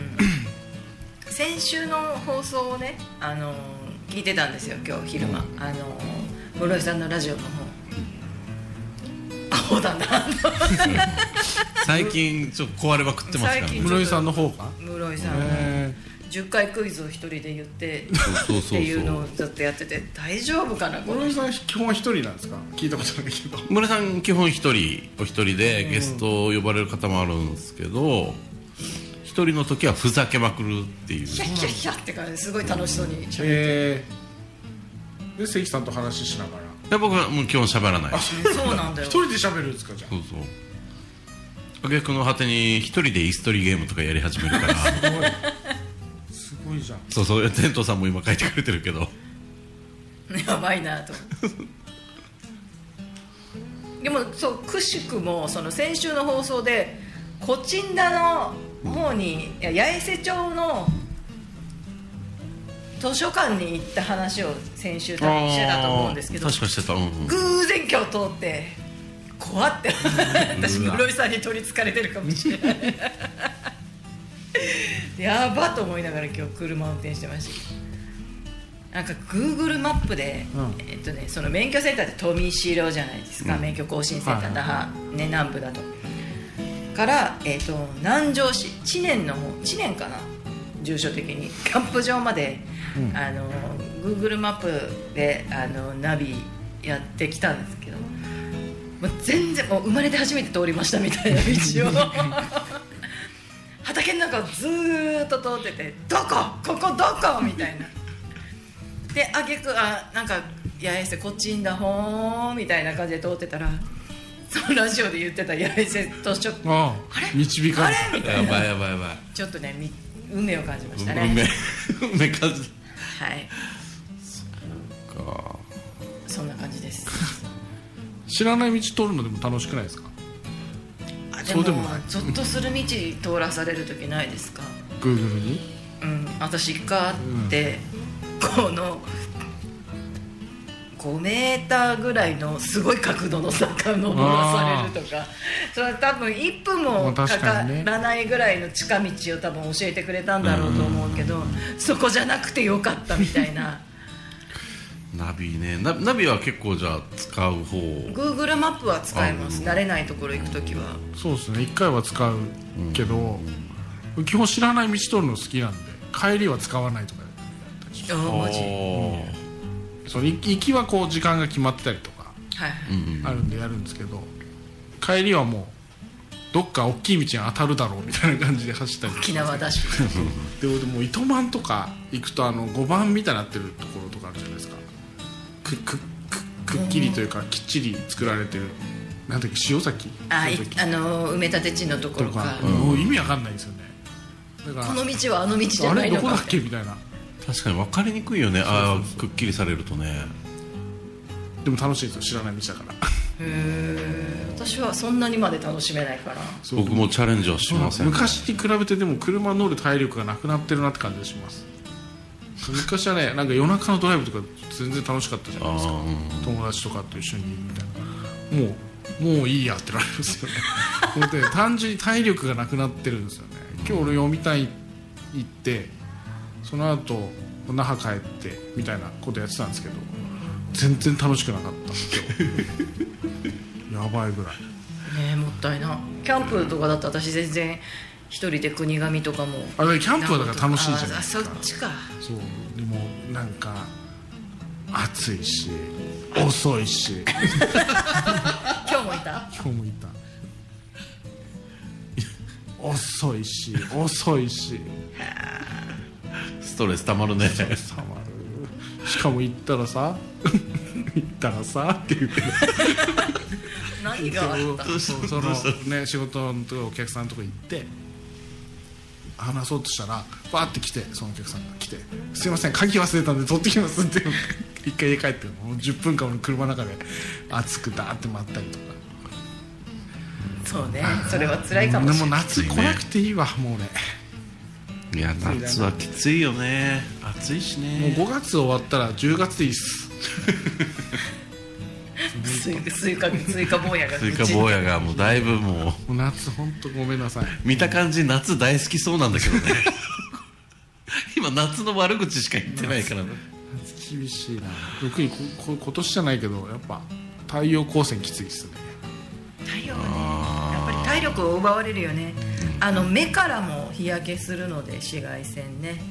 [SPEAKER 1] 先週の放送をねあの聞いてたんですよ今日昼間、あの室井さんのラジオの方アホだな
[SPEAKER 3] 最近ちょっと壊れまくってますから
[SPEAKER 1] 最
[SPEAKER 3] ね
[SPEAKER 1] 近
[SPEAKER 2] 室井さんの方が
[SPEAKER 1] 室井さん、
[SPEAKER 2] え
[SPEAKER 1] 10回クイズを一人で言って
[SPEAKER 3] そうそうそう
[SPEAKER 1] っていうのをずっとやってて大丈夫かな
[SPEAKER 2] ー
[SPEAKER 1] こ
[SPEAKER 2] 室
[SPEAKER 1] の
[SPEAKER 2] 井
[SPEAKER 1] 人
[SPEAKER 2] さん基本は一人なんですか聞いたことないけど
[SPEAKER 3] 村さん基本一人お一人でゲストを呼ばれる方もあるんですけど一人の時はふざけまくるっていう
[SPEAKER 1] ヒャッヒャッヒャッって感じですごい楽しそうに喋る、
[SPEAKER 2] えー、で関さんと話ししながら
[SPEAKER 3] で僕はもう基本喋らない
[SPEAKER 1] そうなんだよ
[SPEAKER 2] 一人で喋るんですかじゃ
[SPEAKER 3] そうそう挙句の果てに一人で椅子取りゲームとかやり始め るから
[SPEAKER 2] あすごいすごいじゃん
[SPEAKER 3] そうそうテントさんも今書いてくれてるけど
[SPEAKER 1] やばいなとでもそうくしくもその先週の放送でコチンダの方に、いや八重瀬町の図書館に行った話を先週多分してたと思うんですけど
[SPEAKER 3] あー確かしてたうん、うん、
[SPEAKER 1] 偶然今日通って怖って私
[SPEAKER 3] うわ
[SPEAKER 1] 室井さんに取りつかれてるかもしれないやばと思いながら今日車運転してましたなんか Google マップで、
[SPEAKER 2] うん
[SPEAKER 1] えっとね、その免許センターって富城じゃないですか、
[SPEAKER 3] うん
[SPEAKER 1] 免許更新センタ
[SPEAKER 2] は
[SPEAKER 1] ー
[SPEAKER 2] い
[SPEAKER 1] 那覇、ね、南部だとから、えっと南城市知念の方知念かな住所的に キャンプ場まで、
[SPEAKER 2] うん
[SPEAKER 1] あの Google マップであのナビやってきたんですけどもう全然もう生まれて初めて通りましたみたいな道を 畑の中をずーっと通ってて「どこここどこ?」みたいな。であげくあなんか「八重瀬こっちいいんだほー」みたいな感じで通ってたらそのラジオで言ってた八重瀬図書館
[SPEAKER 2] あ
[SPEAKER 1] あれ
[SPEAKER 2] 導か
[SPEAKER 1] あ
[SPEAKER 2] れ
[SPEAKER 1] れ
[SPEAKER 2] た
[SPEAKER 1] みた
[SPEAKER 3] や
[SPEAKER 1] いな
[SPEAKER 3] ばいやばいやばい
[SPEAKER 1] ちょっとねみ運命を感じましたね
[SPEAKER 3] う めうめ感じ
[SPEAKER 1] はい
[SPEAKER 3] か
[SPEAKER 1] そんな感じです
[SPEAKER 2] 知らない道通るのでも楽しくないですか
[SPEAKER 1] あで
[SPEAKER 2] そ
[SPEAKER 1] も
[SPEAKER 2] うでもない
[SPEAKER 1] ゾッとする道通らされる時ないですか
[SPEAKER 2] Google に
[SPEAKER 1] うん私一回あって、この5メーターぐらいのすごい角度の坂登らされるとかそれは多分1分
[SPEAKER 2] ま
[SPEAKER 1] も
[SPEAKER 2] あ
[SPEAKER 1] か
[SPEAKER 2] 確か
[SPEAKER 1] か
[SPEAKER 2] にね
[SPEAKER 1] らないぐらいの近道を多分教えてくれたんだろうと思うけどそこじゃなくてよかったみたい な
[SPEAKER 3] ナビねナナビは結構じゃあ使う方
[SPEAKER 1] Google マップは使います
[SPEAKER 3] あ
[SPEAKER 1] 慣れないところ行く時は
[SPEAKER 2] そうですね1回は使うけど、基本知らない道通るの好きなんで帰りは使わないとか
[SPEAKER 1] あーマジはい
[SPEAKER 3] おー
[SPEAKER 2] そのい行きはこう時間が決まってたりとか
[SPEAKER 1] はい
[SPEAKER 3] うん
[SPEAKER 2] あるんでやるんですけど、帰りはもうどっか大きい道に当たるだろうみたいな感じで走ったりとか
[SPEAKER 1] 沖縄 だし
[SPEAKER 2] で俺もう糸満とか行くとあの5番みたいになってるところとかあるじゃないですかくくくくっきりというかきっちり作られてるなんだっけ塩崎
[SPEAKER 1] あい
[SPEAKER 2] 塩崎
[SPEAKER 1] あの埋め立て地のとことろか
[SPEAKER 2] か、もう意味わかんないんですよねだか
[SPEAKER 1] この
[SPEAKER 2] ら
[SPEAKER 1] 道はあの道じゃ
[SPEAKER 2] あ
[SPEAKER 1] な
[SPEAKER 2] れ
[SPEAKER 1] い
[SPEAKER 2] ど
[SPEAKER 1] の
[SPEAKER 2] こ
[SPEAKER 1] か
[SPEAKER 2] だ
[SPEAKER 1] っ
[SPEAKER 2] ってけみたいな
[SPEAKER 3] 確かに分かりにくいよねああくっきりされるとね
[SPEAKER 2] でも楽しいですよ知らない道だから
[SPEAKER 1] へー私はそんなにまで楽しめないから
[SPEAKER 2] そう
[SPEAKER 3] 僕もチャレンジはしません
[SPEAKER 2] 昔に比べてでも車乗る体力がなくなってるなって感じがします昔はねなんか夜中のドライブとか全然楽しかったじゃない
[SPEAKER 3] あ
[SPEAKER 2] ですか
[SPEAKER 3] あうん
[SPEAKER 2] 友達とかと一緒にみたいなもうもういいやってなります よねほんとね単純に体力がなくなってるんですよね今日俺読みたい行ってその後那覇帰ってみたいなことやってたんですけど全然楽しくなかった 今日やばいぐらい
[SPEAKER 1] ねえもったいなキャンプとかだったら私全然一人で国頭とかも
[SPEAKER 2] あれキャンプはだから楽しいじゃない
[SPEAKER 1] あ
[SPEAKER 2] です
[SPEAKER 1] そっ
[SPEAKER 2] か
[SPEAKER 1] ちか
[SPEAKER 2] そうでもなんか暑いし遅いし
[SPEAKER 1] 今日もいた
[SPEAKER 2] 今日もいた 遅いし遅いし
[SPEAKER 3] ストレスたまるね
[SPEAKER 2] たまるしかも行ったらさ 行ったらさっていうけど
[SPEAKER 1] 何があった
[SPEAKER 2] そうそのね仕事のとこお客さんのとこ行って話そうとしたらバーって来てそのお客さんが来て「すいません鍵忘れたんで取ってきます」って一回家帰ってもう10分間俺車の中で暑くダーって待ったりとか
[SPEAKER 1] そうねそれは辛いかもしれ
[SPEAKER 2] う
[SPEAKER 1] ない
[SPEAKER 2] 夏来なくていいわもう
[SPEAKER 3] いや夏はきついよね暑いし
[SPEAKER 2] 俺
[SPEAKER 3] ね
[SPEAKER 2] もう5月終わったら10月でいいっす
[SPEAKER 1] スイスイカスイカ坊やが
[SPEAKER 3] スイカ坊やがもうだいぶもう
[SPEAKER 2] もう夏本当ごめんなさい
[SPEAKER 3] 見た感じ夏大好きそうなんだ けどね今夏の悪口しか言ってないからね
[SPEAKER 2] 夏厳しいな特にここ今年じゃないけどやっぱ太陽光線きついっすね
[SPEAKER 1] 太陽がねやっぱり体力を奪われるよねあの目からも日焼けするので紫外線ね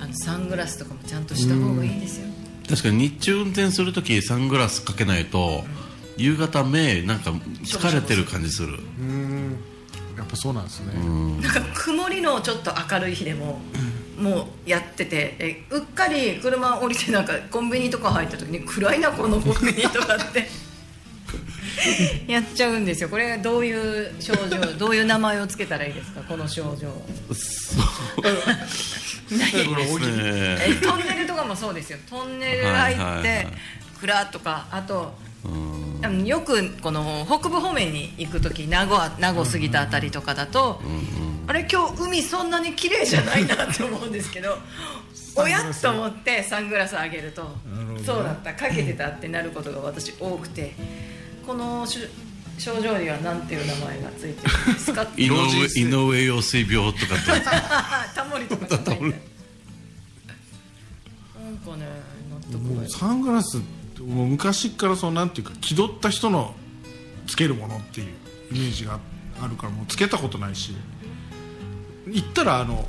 [SPEAKER 1] あのサングラスとかもちゃんとした方がいいですよ
[SPEAKER 3] 確かに日中運転するときサングラスかけないと夕方目なんか疲れてる感じする
[SPEAKER 2] うんやっぱそうなんですね、
[SPEAKER 1] なんか曇りのちょっと明るい日でももうやっててえうっかり車降りてなんかコンビニとか入った時に暗いなこのコンビニとかってやっちゃうんですよこれどういう症状どういう名前をつけたらいいですかこの症状
[SPEAKER 3] そう
[SPEAKER 2] これ大きい
[SPEAKER 3] ね
[SPEAKER 1] えトンネルとかもそうですよトンネル入って、
[SPEAKER 3] はいはいはい
[SPEAKER 1] 暗とかあと
[SPEAKER 3] うん
[SPEAKER 1] あのよくこの北部方面に行く時名護名護過ぎたあたりとかだと、あれ今日海そんなに綺麗じゃないなって思うんですけ どおやっと思ってサングラスあげると
[SPEAKER 2] ほどね
[SPEAKER 1] そうだったかけてたってなることが私多くてこのしゅ症状には何ていう名前がついてるんですか って
[SPEAKER 3] 井上
[SPEAKER 2] 老人性
[SPEAKER 3] 井上陽水病とかって
[SPEAKER 1] タモリとかじゃないんだなんかね納得
[SPEAKER 2] も
[SPEAKER 1] が
[SPEAKER 2] うサングラスってもう昔からそのなんていうか気取った人のつけるものっていうイメージがあるからもうつけたことないし行ったらあの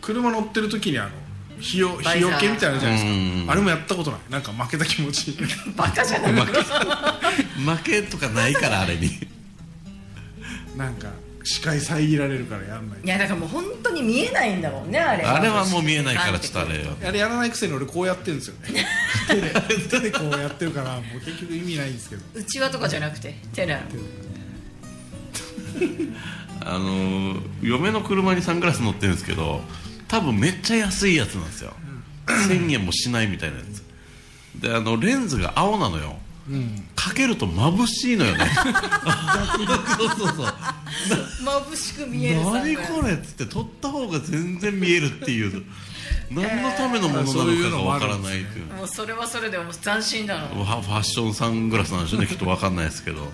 [SPEAKER 2] 車乗ってる時にあの日よ
[SPEAKER 1] バ
[SPEAKER 2] 日
[SPEAKER 1] イザ
[SPEAKER 2] よ
[SPEAKER 1] ー
[SPEAKER 2] けみたいなのあるじゃないです
[SPEAKER 3] う
[SPEAKER 2] かあれもやったことないなんか負けた気持ち
[SPEAKER 1] バカじゃない
[SPEAKER 3] 負けとかないからあれ に
[SPEAKER 2] なんか視界遮られるからやんない
[SPEAKER 1] いやだからもう本当に見えないんだもんねあれ
[SPEAKER 3] あれはもう見えないからちょっとあれよ
[SPEAKER 2] あれやらないくせに俺こうやってるんですよね手で手でこうやってるからもう結局意味ないんですけど
[SPEAKER 1] うちわとかじゃなくて手なの
[SPEAKER 3] あの嫁の車にサングラス乗ってるんですけど多分めっちゃ安いやつなんですよ1000円もしないみたいなやつであのレンズが青なのよ、かけると眩しいのよ ねそうそうそう
[SPEAKER 1] 眩しく見える
[SPEAKER 3] 何
[SPEAKER 1] サングラ
[SPEAKER 3] これっつって撮った方が全然見えるっていう何のためのものな
[SPEAKER 2] そういうの
[SPEAKER 3] のかが
[SPEAKER 2] もあ
[SPEAKER 3] わか
[SPEAKER 2] る
[SPEAKER 3] ら
[SPEAKER 2] んで
[SPEAKER 3] な
[SPEAKER 2] すね
[SPEAKER 3] いっていう
[SPEAKER 1] スもうそれはそれでもう斬新だな
[SPEAKER 3] ファファッションサングラスなんでしょうねきっとわかんないで すけど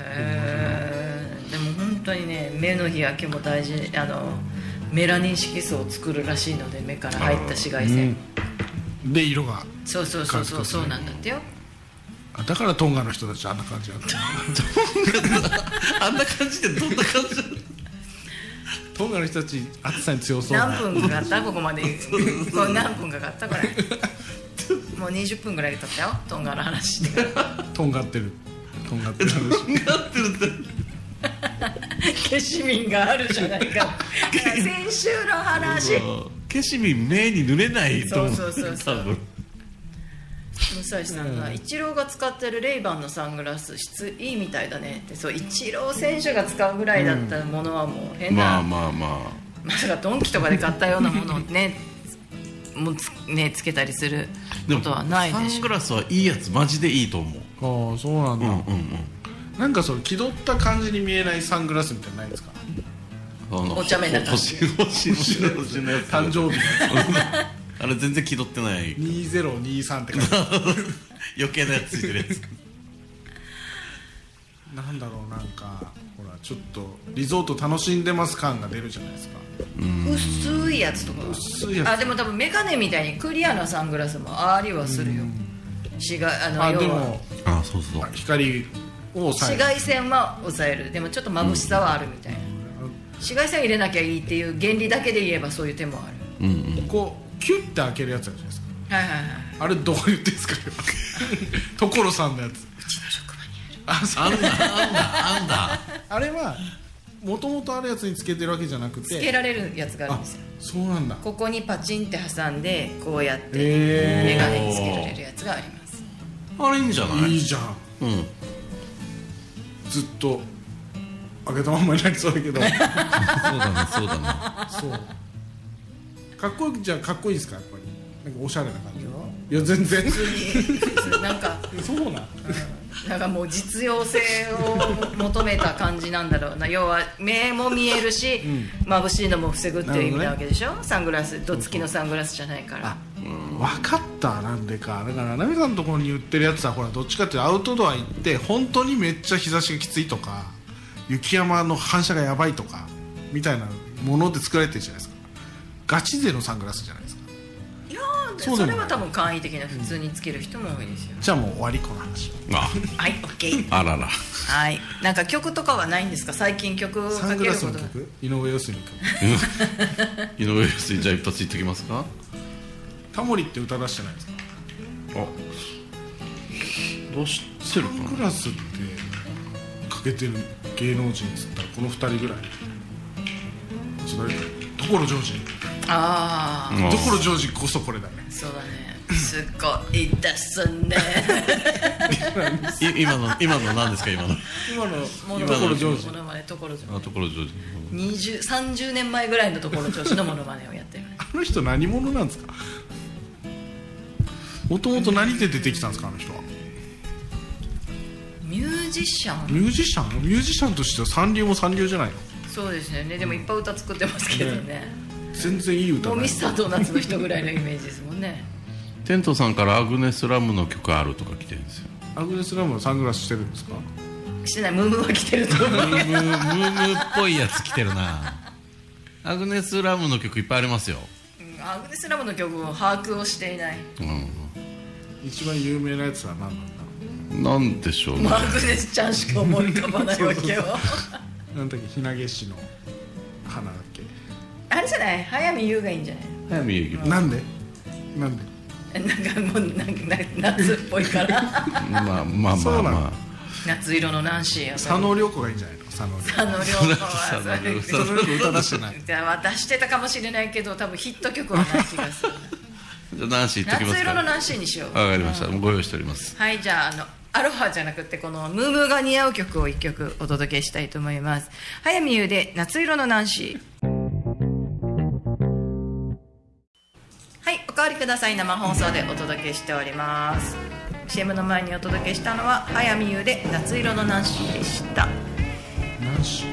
[SPEAKER 1] へーでも本当にね目の日焼けも大事あのメラニン色素を作るらしいので目から入った紫外線、
[SPEAKER 2] で色が
[SPEAKER 1] そうそうそうそう
[SPEAKER 2] 感じ
[SPEAKER 1] そ
[SPEAKER 2] と
[SPEAKER 1] う
[SPEAKER 2] すね
[SPEAKER 1] なんだってよ
[SPEAKER 2] あだからトンガの人たちあんな感じなんだ
[SPEAKER 3] あんな感じでどんな感じなの
[SPEAKER 2] トンガの人たち暑さに強そうな
[SPEAKER 1] 何分かか ったここまでこう何分かかったこ れもう20分ぐらい経ったよトンガの 話で
[SPEAKER 2] とんがってるとんがってる話
[SPEAKER 1] 消し民があるじゃないか先週の話
[SPEAKER 3] ケシミン目に塗れないと思う
[SPEAKER 1] そうそうそうそう
[SPEAKER 3] 多分
[SPEAKER 1] 武蔵さんが、イチローが使ってるレイバンのサングラス質いいみたいだねってそうイチロー選手が使うぐらいだったものはもう変
[SPEAKER 3] ま
[SPEAKER 1] な
[SPEAKER 3] あまあまあ
[SPEAKER 1] まさかドンキとかで買ったようなものをねもうつねつけたりするこ
[SPEAKER 3] でも
[SPEAKER 1] とはない
[SPEAKER 3] サ
[SPEAKER 1] で
[SPEAKER 3] ン
[SPEAKER 1] し
[SPEAKER 3] グ
[SPEAKER 1] ょ
[SPEAKER 3] ラスはいいやつマジでいいと思う
[SPEAKER 2] ああそうなんだ、
[SPEAKER 3] うんうんうん
[SPEAKER 2] なんかその気取った感じに見えないサングラスみたいなのないですか
[SPEAKER 3] あの
[SPEAKER 1] お茶目な感
[SPEAKER 3] 星星星の星のやつ
[SPEAKER 2] 誕生日
[SPEAKER 3] あれ全然気取ってない
[SPEAKER 2] 2023って感じ
[SPEAKER 3] 余計なやつついてるやつ
[SPEAKER 2] なんだろうなんかほらちょっとリゾート楽しんでます感が出るじゃないですか
[SPEAKER 1] 薄いやつとか
[SPEAKER 2] 薄いやつ
[SPEAKER 1] あでも多分メガネみたいにクリアなサングラスもありはするよ紫外あの
[SPEAKER 2] あ
[SPEAKER 1] 要
[SPEAKER 2] で
[SPEAKER 1] は
[SPEAKER 2] も
[SPEAKER 3] あそうそう
[SPEAKER 2] 光を抑
[SPEAKER 1] 紫
[SPEAKER 2] える
[SPEAKER 1] 外線は抑えるでもちょっと眩しさはあるみたいな、紫外線入れなきゃいいっていう原理だけで言えばそういう手もある
[SPEAKER 3] うんうん
[SPEAKER 2] こうキュッて開けるやつあるじゃないですか
[SPEAKER 1] はいはいはい
[SPEAKER 2] あれどう 言ってんですか所さんのやつあそう
[SPEAKER 3] あんだあんだあんだ
[SPEAKER 2] あれはもともとあるやつにつけてるわけじゃなくて
[SPEAKER 1] つけられるやつがあるん
[SPEAKER 2] あ
[SPEAKER 1] ですよ
[SPEAKER 2] そうなんだ
[SPEAKER 1] ここにパチンって挟んでこうやって
[SPEAKER 2] へー
[SPEAKER 1] メガネにつけられるやつがあります
[SPEAKER 3] あれいいんじゃない
[SPEAKER 2] いいじゃん
[SPEAKER 3] うん
[SPEAKER 2] ずっと開けたまんまになりそうだけど
[SPEAKER 3] そうだねそうだね
[SPEAKER 2] そうかっこよくじゃあかっこいいですかやっぱりなんかおしゃれな感じいや全然
[SPEAKER 1] なんか
[SPEAKER 2] そうなん
[SPEAKER 1] なんかもう実用性を求めた感じなんだろうな要は目も見えるし、眩しいのも防ぐっていう意味なわけでしょ、サングラスどつきのサングラスじゃないから
[SPEAKER 2] 分かったなんでかだからナミさんのところに売ってるやつはほらどっちかっていうとアウトドア行って本当にめっちゃ日差しがきついとか雪山の反射がやばいとかみたいなもので作られてるじゃないですかガチ勢のサングラスじゃないですか
[SPEAKER 1] いやー
[SPEAKER 2] そう
[SPEAKER 1] そ
[SPEAKER 2] でも
[SPEAKER 1] れ
[SPEAKER 2] ない
[SPEAKER 1] は多分簡易的な普通につける人も多いですよ、
[SPEAKER 2] じゃあもう終わりこの話
[SPEAKER 3] あ
[SPEAKER 1] はい OK
[SPEAKER 3] あらら
[SPEAKER 1] はいなんか曲とかはないんですか最近曲をか
[SPEAKER 2] サング
[SPEAKER 1] ける
[SPEAKER 2] ラ
[SPEAKER 1] こ
[SPEAKER 2] ス
[SPEAKER 1] と
[SPEAKER 2] の曲井上陽水の曲
[SPEAKER 3] 井上陽水じゃあ一発言っときますか
[SPEAKER 2] タモリって歌出してないですか
[SPEAKER 3] あどうしてる
[SPEAKER 2] サ
[SPEAKER 3] か
[SPEAKER 2] ン
[SPEAKER 3] な
[SPEAKER 2] グラスってかけてる芸能人っつったらこの2人ぐらいちょ誰か所ジョージ
[SPEAKER 1] ああ、
[SPEAKER 3] うん
[SPEAKER 2] 所ジョージこそこれだね
[SPEAKER 1] そうだ ねすっごいですね
[SPEAKER 3] い今の今の何ですか今の
[SPEAKER 2] 今の
[SPEAKER 1] も
[SPEAKER 2] 今
[SPEAKER 1] の
[SPEAKER 2] の所ジョージ
[SPEAKER 1] ものまねところじょ
[SPEAKER 3] あところジョージ
[SPEAKER 1] 20 30年前ぐらいのところ調子のものまねをやってる
[SPEAKER 2] あの人何者なんですかもともと何で出てきたんですかあの人は
[SPEAKER 1] ミュージシャン
[SPEAKER 2] ミュージシャンミュージシャンとしては三流も三流じゃないの
[SPEAKER 1] そうですねでもいっぱい歌作ってますけどね
[SPEAKER 2] 全然いい歌
[SPEAKER 1] もう
[SPEAKER 2] ない
[SPEAKER 1] ミスタードーナツの人ぐらいのイメージですもん ね
[SPEAKER 3] テントさんからアグネス・ラムの曲あるとか来てるんですよ
[SPEAKER 2] アグネス・ラムはサングラスしてるんですか
[SPEAKER 1] してないムームーは来てると思う
[SPEAKER 3] ムームームームーっぽいやつ来てるなアグネス・ラムの曲いっぱいありますよ、
[SPEAKER 1] うんアグネス・ラムの曲を把握をしていない
[SPEAKER 3] うん、
[SPEAKER 2] 一番有名なやつは何なんだろ
[SPEAKER 3] なんでしょうね
[SPEAKER 1] もうアグネスちゃんしか思い浮かばないわけよ
[SPEAKER 2] うなんだっけひなげしの花だっけ
[SPEAKER 1] あれじゃない早見優がいいんじゃない
[SPEAKER 3] 早見ゆき
[SPEAKER 2] なんでなんで
[SPEAKER 1] なんかもうなんかな夏っぽいから
[SPEAKER 3] まあまあまあ
[SPEAKER 2] そうな
[SPEAKER 3] ま
[SPEAKER 2] の
[SPEAKER 1] 夏色のナンシーや
[SPEAKER 2] 佐野涼子がいいんじゃないの佐野涼子
[SPEAKER 1] あの 両方は
[SPEAKER 3] 佐野涼子
[SPEAKER 1] そ
[SPEAKER 2] 佐
[SPEAKER 1] れ
[SPEAKER 2] 野涼子歌出してない
[SPEAKER 1] じゃあ渡してたかもしれないけど多分ヒット曲はない気が する
[SPEAKER 3] あじゃあナンシー言っときま
[SPEAKER 1] 夏
[SPEAKER 3] す
[SPEAKER 1] 色の
[SPEAKER 3] か
[SPEAKER 1] ナンシーにしよう
[SPEAKER 3] わかりましたもうご用意しております
[SPEAKER 1] はいじゃああのアロハじゃなくてこのムームーが似合う曲を一曲お届けしたいと思います早見優で夏色のナンシーはいおかわりください生放送でお届けしております CM の前にお届けしたのは早見優で夏色のナンシーでした
[SPEAKER 2] ナンシ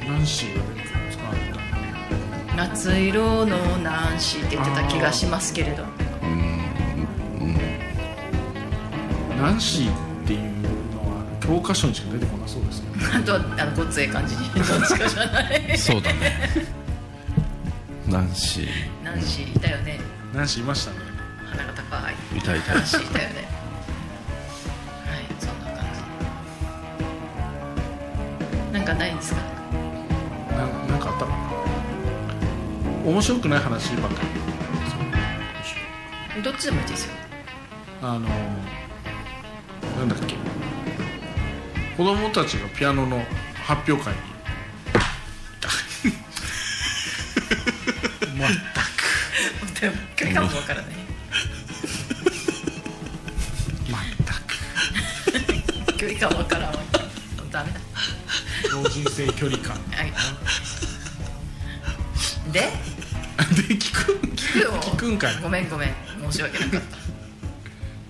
[SPEAKER 2] ーナンシーが出てくるんですかあんた
[SPEAKER 1] 夏色のナンシーって言ってた気がしますけれど
[SPEAKER 2] ナンシーっていうのは教科書にしか出てこなそうですけど
[SPEAKER 1] あとあのごっつい感じにどっ ちかじゃない
[SPEAKER 3] そうだねナンシー
[SPEAKER 1] ナンシーいたよね
[SPEAKER 2] ナンシーいましたね
[SPEAKER 1] 鼻が高い
[SPEAKER 3] いたいた
[SPEAKER 1] ナンシーいたよねはいそんな感じなんかないんですか
[SPEAKER 2] ななんかあったかな面白くない話ばっかり
[SPEAKER 1] どっちでもいいですよ
[SPEAKER 2] あのなんだっけ子供たちがピアノの発表会に ま
[SPEAKER 1] でも距離感もわからない 全く距離感わからんわダメだ
[SPEAKER 2] 老人性距離感
[SPEAKER 1] はいで
[SPEAKER 2] で聞く
[SPEAKER 1] 聞くよ
[SPEAKER 2] 聞くんかい
[SPEAKER 1] ごめんごめん申し訳なかっ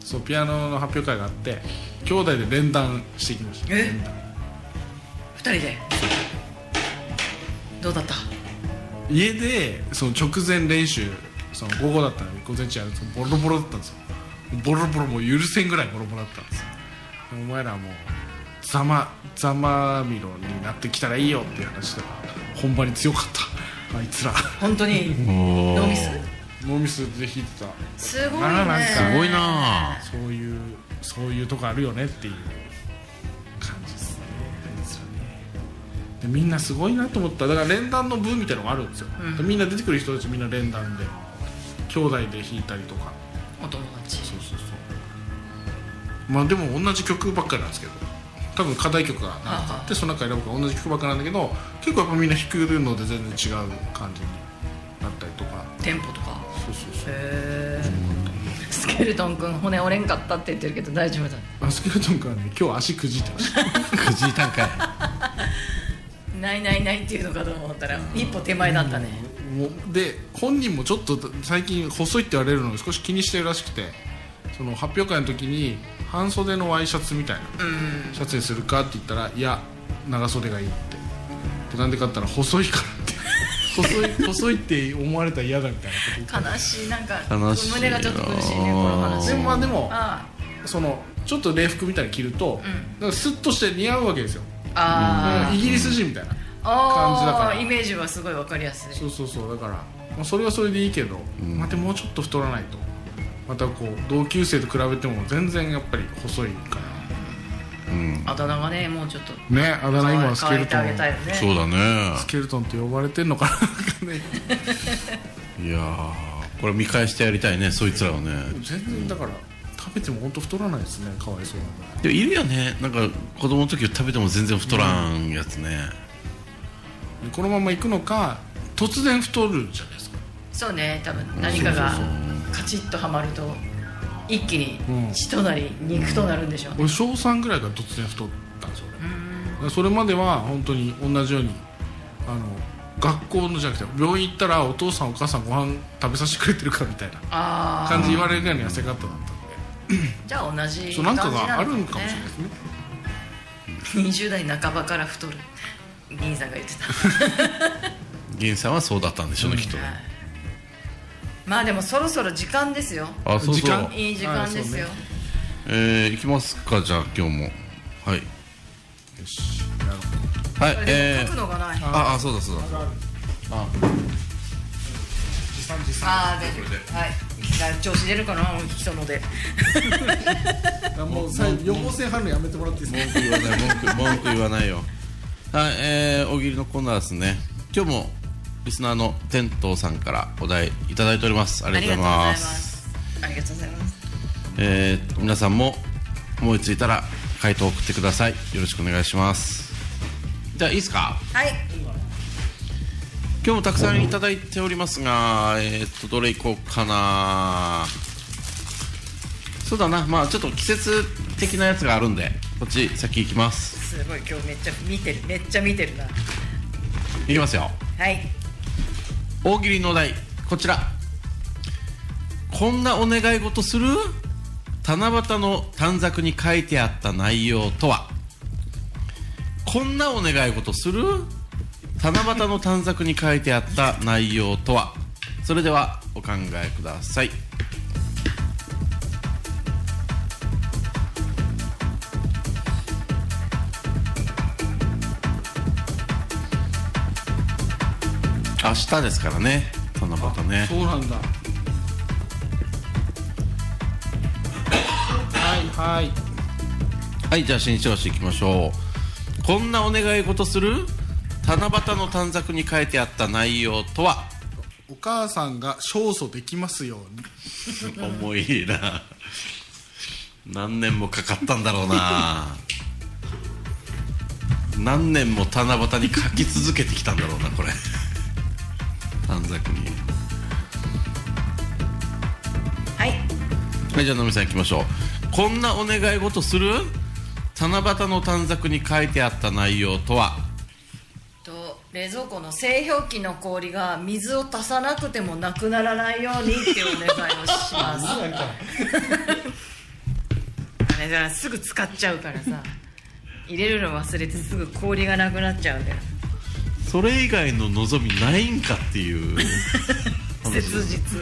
[SPEAKER 2] そうピアノの発表会があって兄弟で連弾してきました
[SPEAKER 1] え
[SPEAKER 2] 連弾
[SPEAKER 1] た2人でどうだった
[SPEAKER 2] 家でその直前練習その午後だったので午前中やるとボロボロだったんですよボロボロもう許せんぐらいボロボロだったんですよお前らもうざまざまみろになってきたらいいよっていう話で本番に強かったあいつら
[SPEAKER 1] 本当に
[SPEAKER 3] おー
[SPEAKER 1] ノーミス
[SPEAKER 2] ノーミスで弾いてた
[SPEAKER 1] すごいね
[SPEAKER 2] あらなんか
[SPEAKER 3] すごいな
[SPEAKER 2] そういうそういうとこあるよねっていう感じですねあいつらねでみんなすごいなと思っただから連弾の部みたいなのがあるんですよ、
[SPEAKER 1] うん
[SPEAKER 2] でみんな出てくる人たちみんな連弾で兄弟で弾いたりとか
[SPEAKER 1] お友達
[SPEAKER 2] そうそうそうまあでも同じ曲ばっかりなんですけど多分課題曲が何かあってその中選ぶから同じ曲ばっかりなんだけど結構やっぱみんな弾くので全然違う感じになったりとか
[SPEAKER 1] テンポとか
[SPEAKER 2] そうそうそう
[SPEAKER 1] へースケルトン君骨折れんかったって言ってるけど大丈夫だ
[SPEAKER 2] アスケルトンからね今日足くじってました
[SPEAKER 3] くじいたんかい
[SPEAKER 1] ないないないっていうのかと思ったら一歩手前だったね
[SPEAKER 2] もうで本人もちょっと最近細いって言われるのを少し気にしてるらしくてその発表会の時に半袖のワイシャツみたいな
[SPEAKER 1] うん
[SPEAKER 2] シャツにするかって言ったらいや長袖がいいってでなんでかって言ったら細い からって細い細いって思われたら嫌だみたいなこと言って
[SPEAKER 1] 悲しいなんか
[SPEAKER 3] 悲しいな
[SPEAKER 1] 胸がちょっと苦しいねこの話
[SPEAKER 2] でもまあでも
[SPEAKER 1] あ
[SPEAKER 2] そのちょっと礼服みたいに着ると、
[SPEAKER 1] ん
[SPEAKER 2] なんかスッとして似合うわけですよ
[SPEAKER 1] ーあ
[SPEAKER 2] イギリス人みたいな、
[SPEAKER 1] あ
[SPEAKER 2] 感じだから
[SPEAKER 1] イメージはすごいわかりやすい
[SPEAKER 2] そうそうそうだから、まあ、それはそれでいいけど、
[SPEAKER 3] ん
[SPEAKER 2] またもうちょっと太らないとまたこう同級生と比べても全然やっぱり細いか
[SPEAKER 3] うん
[SPEAKER 1] あだ名がねもうちょっと
[SPEAKER 2] らねあだ名今はスケ
[SPEAKER 1] 変え
[SPEAKER 2] ル
[SPEAKER 1] て
[SPEAKER 2] トン
[SPEAKER 1] あげたいよね
[SPEAKER 3] そうだね
[SPEAKER 2] スケルトンって呼ばれてんのかなね
[SPEAKER 3] いやーこれ見返してやりたいねそいつらをね
[SPEAKER 2] 全然だから食べても本当太らないですねかわいそうな
[SPEAKER 3] でもいるよねなんか子供の時食べても全然太らんやつね、
[SPEAKER 2] のこのまま行くのか突然太るじゃないですか
[SPEAKER 1] そうね多分何かがカチッとはまると一気
[SPEAKER 2] うん
[SPEAKER 1] に血となり肉となるんでしょうね
[SPEAKER 2] 俺小3ぐらいから突然太ったんですよ俺だからそれまでは本当に同じようにあの学校のじゃなくて病院行ったらお父さんお母さんご飯食べさせてくれてるかみたいな
[SPEAKER 1] あ
[SPEAKER 2] 感じ言われるような痩せ方だったんで
[SPEAKER 1] じゃあ同じ
[SPEAKER 2] そうなんかがあるんかもしれないですね
[SPEAKER 1] 20代半ばから太る銀さんが言って た
[SPEAKER 3] 銀さんはそうだったんでしょうね、きっとね
[SPEAKER 1] まあでもそろそろ時間ですよ
[SPEAKER 3] あそう
[SPEAKER 2] 時
[SPEAKER 3] そ
[SPEAKER 2] 間
[SPEAKER 3] う
[SPEAKER 1] いい時間ですよ、
[SPEAKER 3] えー、いきますかじゃあ今日もはい
[SPEAKER 2] よしやろう
[SPEAKER 3] はい
[SPEAKER 1] これで
[SPEAKER 3] え
[SPEAKER 1] も書く
[SPEAKER 3] ー、
[SPEAKER 1] のがない、
[SPEAKER 3] ああそうだそうだあ
[SPEAKER 2] 持参持参
[SPEAKER 1] ああ大丈夫はいじゃあ調子出るかな人ので
[SPEAKER 2] もう最後予防線反応やめてもらっていいですか
[SPEAKER 3] 文句言わない文句文句言わないよはいえー、大喜利のコーナーですね今日もリスナーの天童さんからお題いただいておりますあ
[SPEAKER 1] あ
[SPEAKER 3] りがとうございます
[SPEAKER 1] りがとうございます
[SPEAKER 3] えー皆さんも思いついたら回答を送ってくださいよろしくお願いしますじゃあいいですか
[SPEAKER 1] ありがとうございますはい
[SPEAKER 3] 今日もたくさんいただいておりますがえーっとどれいこうかなそうだなまあちょっと季節的なやつがあるんでこっち先行きます
[SPEAKER 1] すごい今日めっちゃ見てるめっちゃ見てるな
[SPEAKER 3] いきますよ
[SPEAKER 1] はい
[SPEAKER 3] 大喜利のお題こちらこんなお願い事する七夕の短冊に書いてあった内容とはこんなお願い事する七夕の短冊に書いてあった内容とはそれではお考えください明日ですからね七夕ね
[SPEAKER 2] そうなんだはいはい
[SPEAKER 3] はいじゃあ新調子いきましょうこんなお願い事する七夕の短冊に書いてあった内容とは
[SPEAKER 2] お母さんが勝訴できますように
[SPEAKER 3] 重いな何年もかかったんだろうな何年も七夕に書き続けてきたんだろうなこれ短冊に
[SPEAKER 1] はい
[SPEAKER 3] はいじゃあのみさん行きましょうこんなお願い事する七夕の短冊に書いてあった内容とは
[SPEAKER 1] と冷蔵庫の製氷機の氷が水を足さなくてもなくならないようにっていうお願いをしますあれだすぐ使っちゃうからさ入れるの忘れてすぐ氷がなくなっちゃうんだよ
[SPEAKER 3] それ以外の望みないんかっていう
[SPEAKER 1] 切実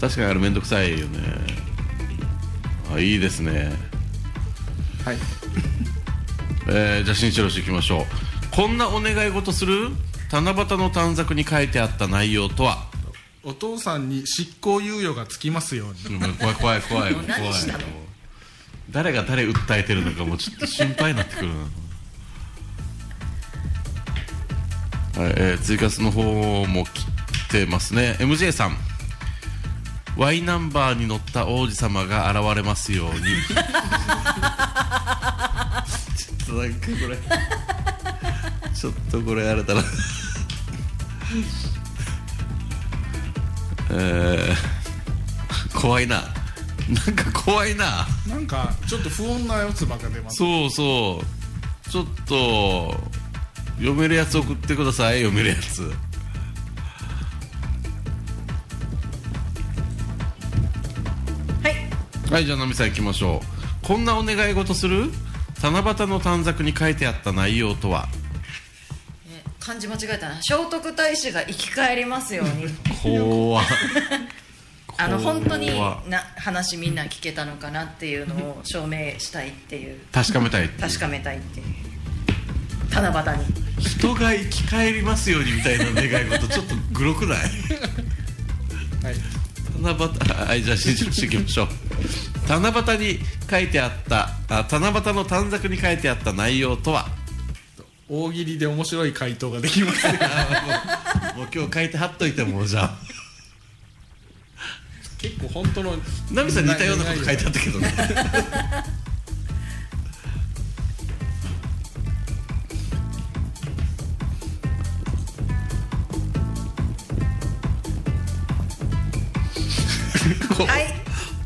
[SPEAKER 3] 確かにあれめんどくさいよねあいいですね
[SPEAKER 2] はい
[SPEAKER 3] えーじゃあ新一郎氏いきましょうこんなお願い事する七夕の短冊に書いてあった内容とは
[SPEAKER 2] お父さんに執行猶予がつきますように
[SPEAKER 3] うん怖い怖い怖い怖い
[SPEAKER 1] 何したの
[SPEAKER 3] 誰が誰訴えてるのかもうちょっと心配になってくるな、はいえー追加スの方も来てますね MJ さん Y ナンバーに乗った王子様が現れますようにちょっとなんかこれちょっとこれや れたらえー怖いななんか怖いな
[SPEAKER 2] なんかちょっと不穏なやつばっか出ます
[SPEAKER 3] そうそうちょっと読めるやつ送ってください読めるやつ
[SPEAKER 1] はい
[SPEAKER 3] はいじゃあナミさん行きましょうこんなお願い事する七夕の短冊に書いてあった内容とは
[SPEAKER 1] え漢字間違えたな聖徳太子が生き返りますよう に
[SPEAKER 3] 怖
[SPEAKER 1] あの本当に
[SPEAKER 3] 怖
[SPEAKER 1] な話みんな聞けたのかなっていうのを証明したいっていう
[SPEAKER 3] 確かめたい
[SPEAKER 1] 確かめたいっていう七夕に
[SPEAKER 3] 人が生き返りますようにみたいな願い事ちょっとグロくない
[SPEAKER 2] はい
[SPEAKER 3] 七夕はいじゃあ新宿していきましょう七夕に書いてあったあ七夕の短冊に書いてあった内容とは
[SPEAKER 2] 大喜利で面白い回答ができますよ
[SPEAKER 3] もう今日書いてはっといてもうじゃあ
[SPEAKER 2] 結構本当の
[SPEAKER 3] ナミさん似たようなこと書いてあったけどねこ
[SPEAKER 1] はい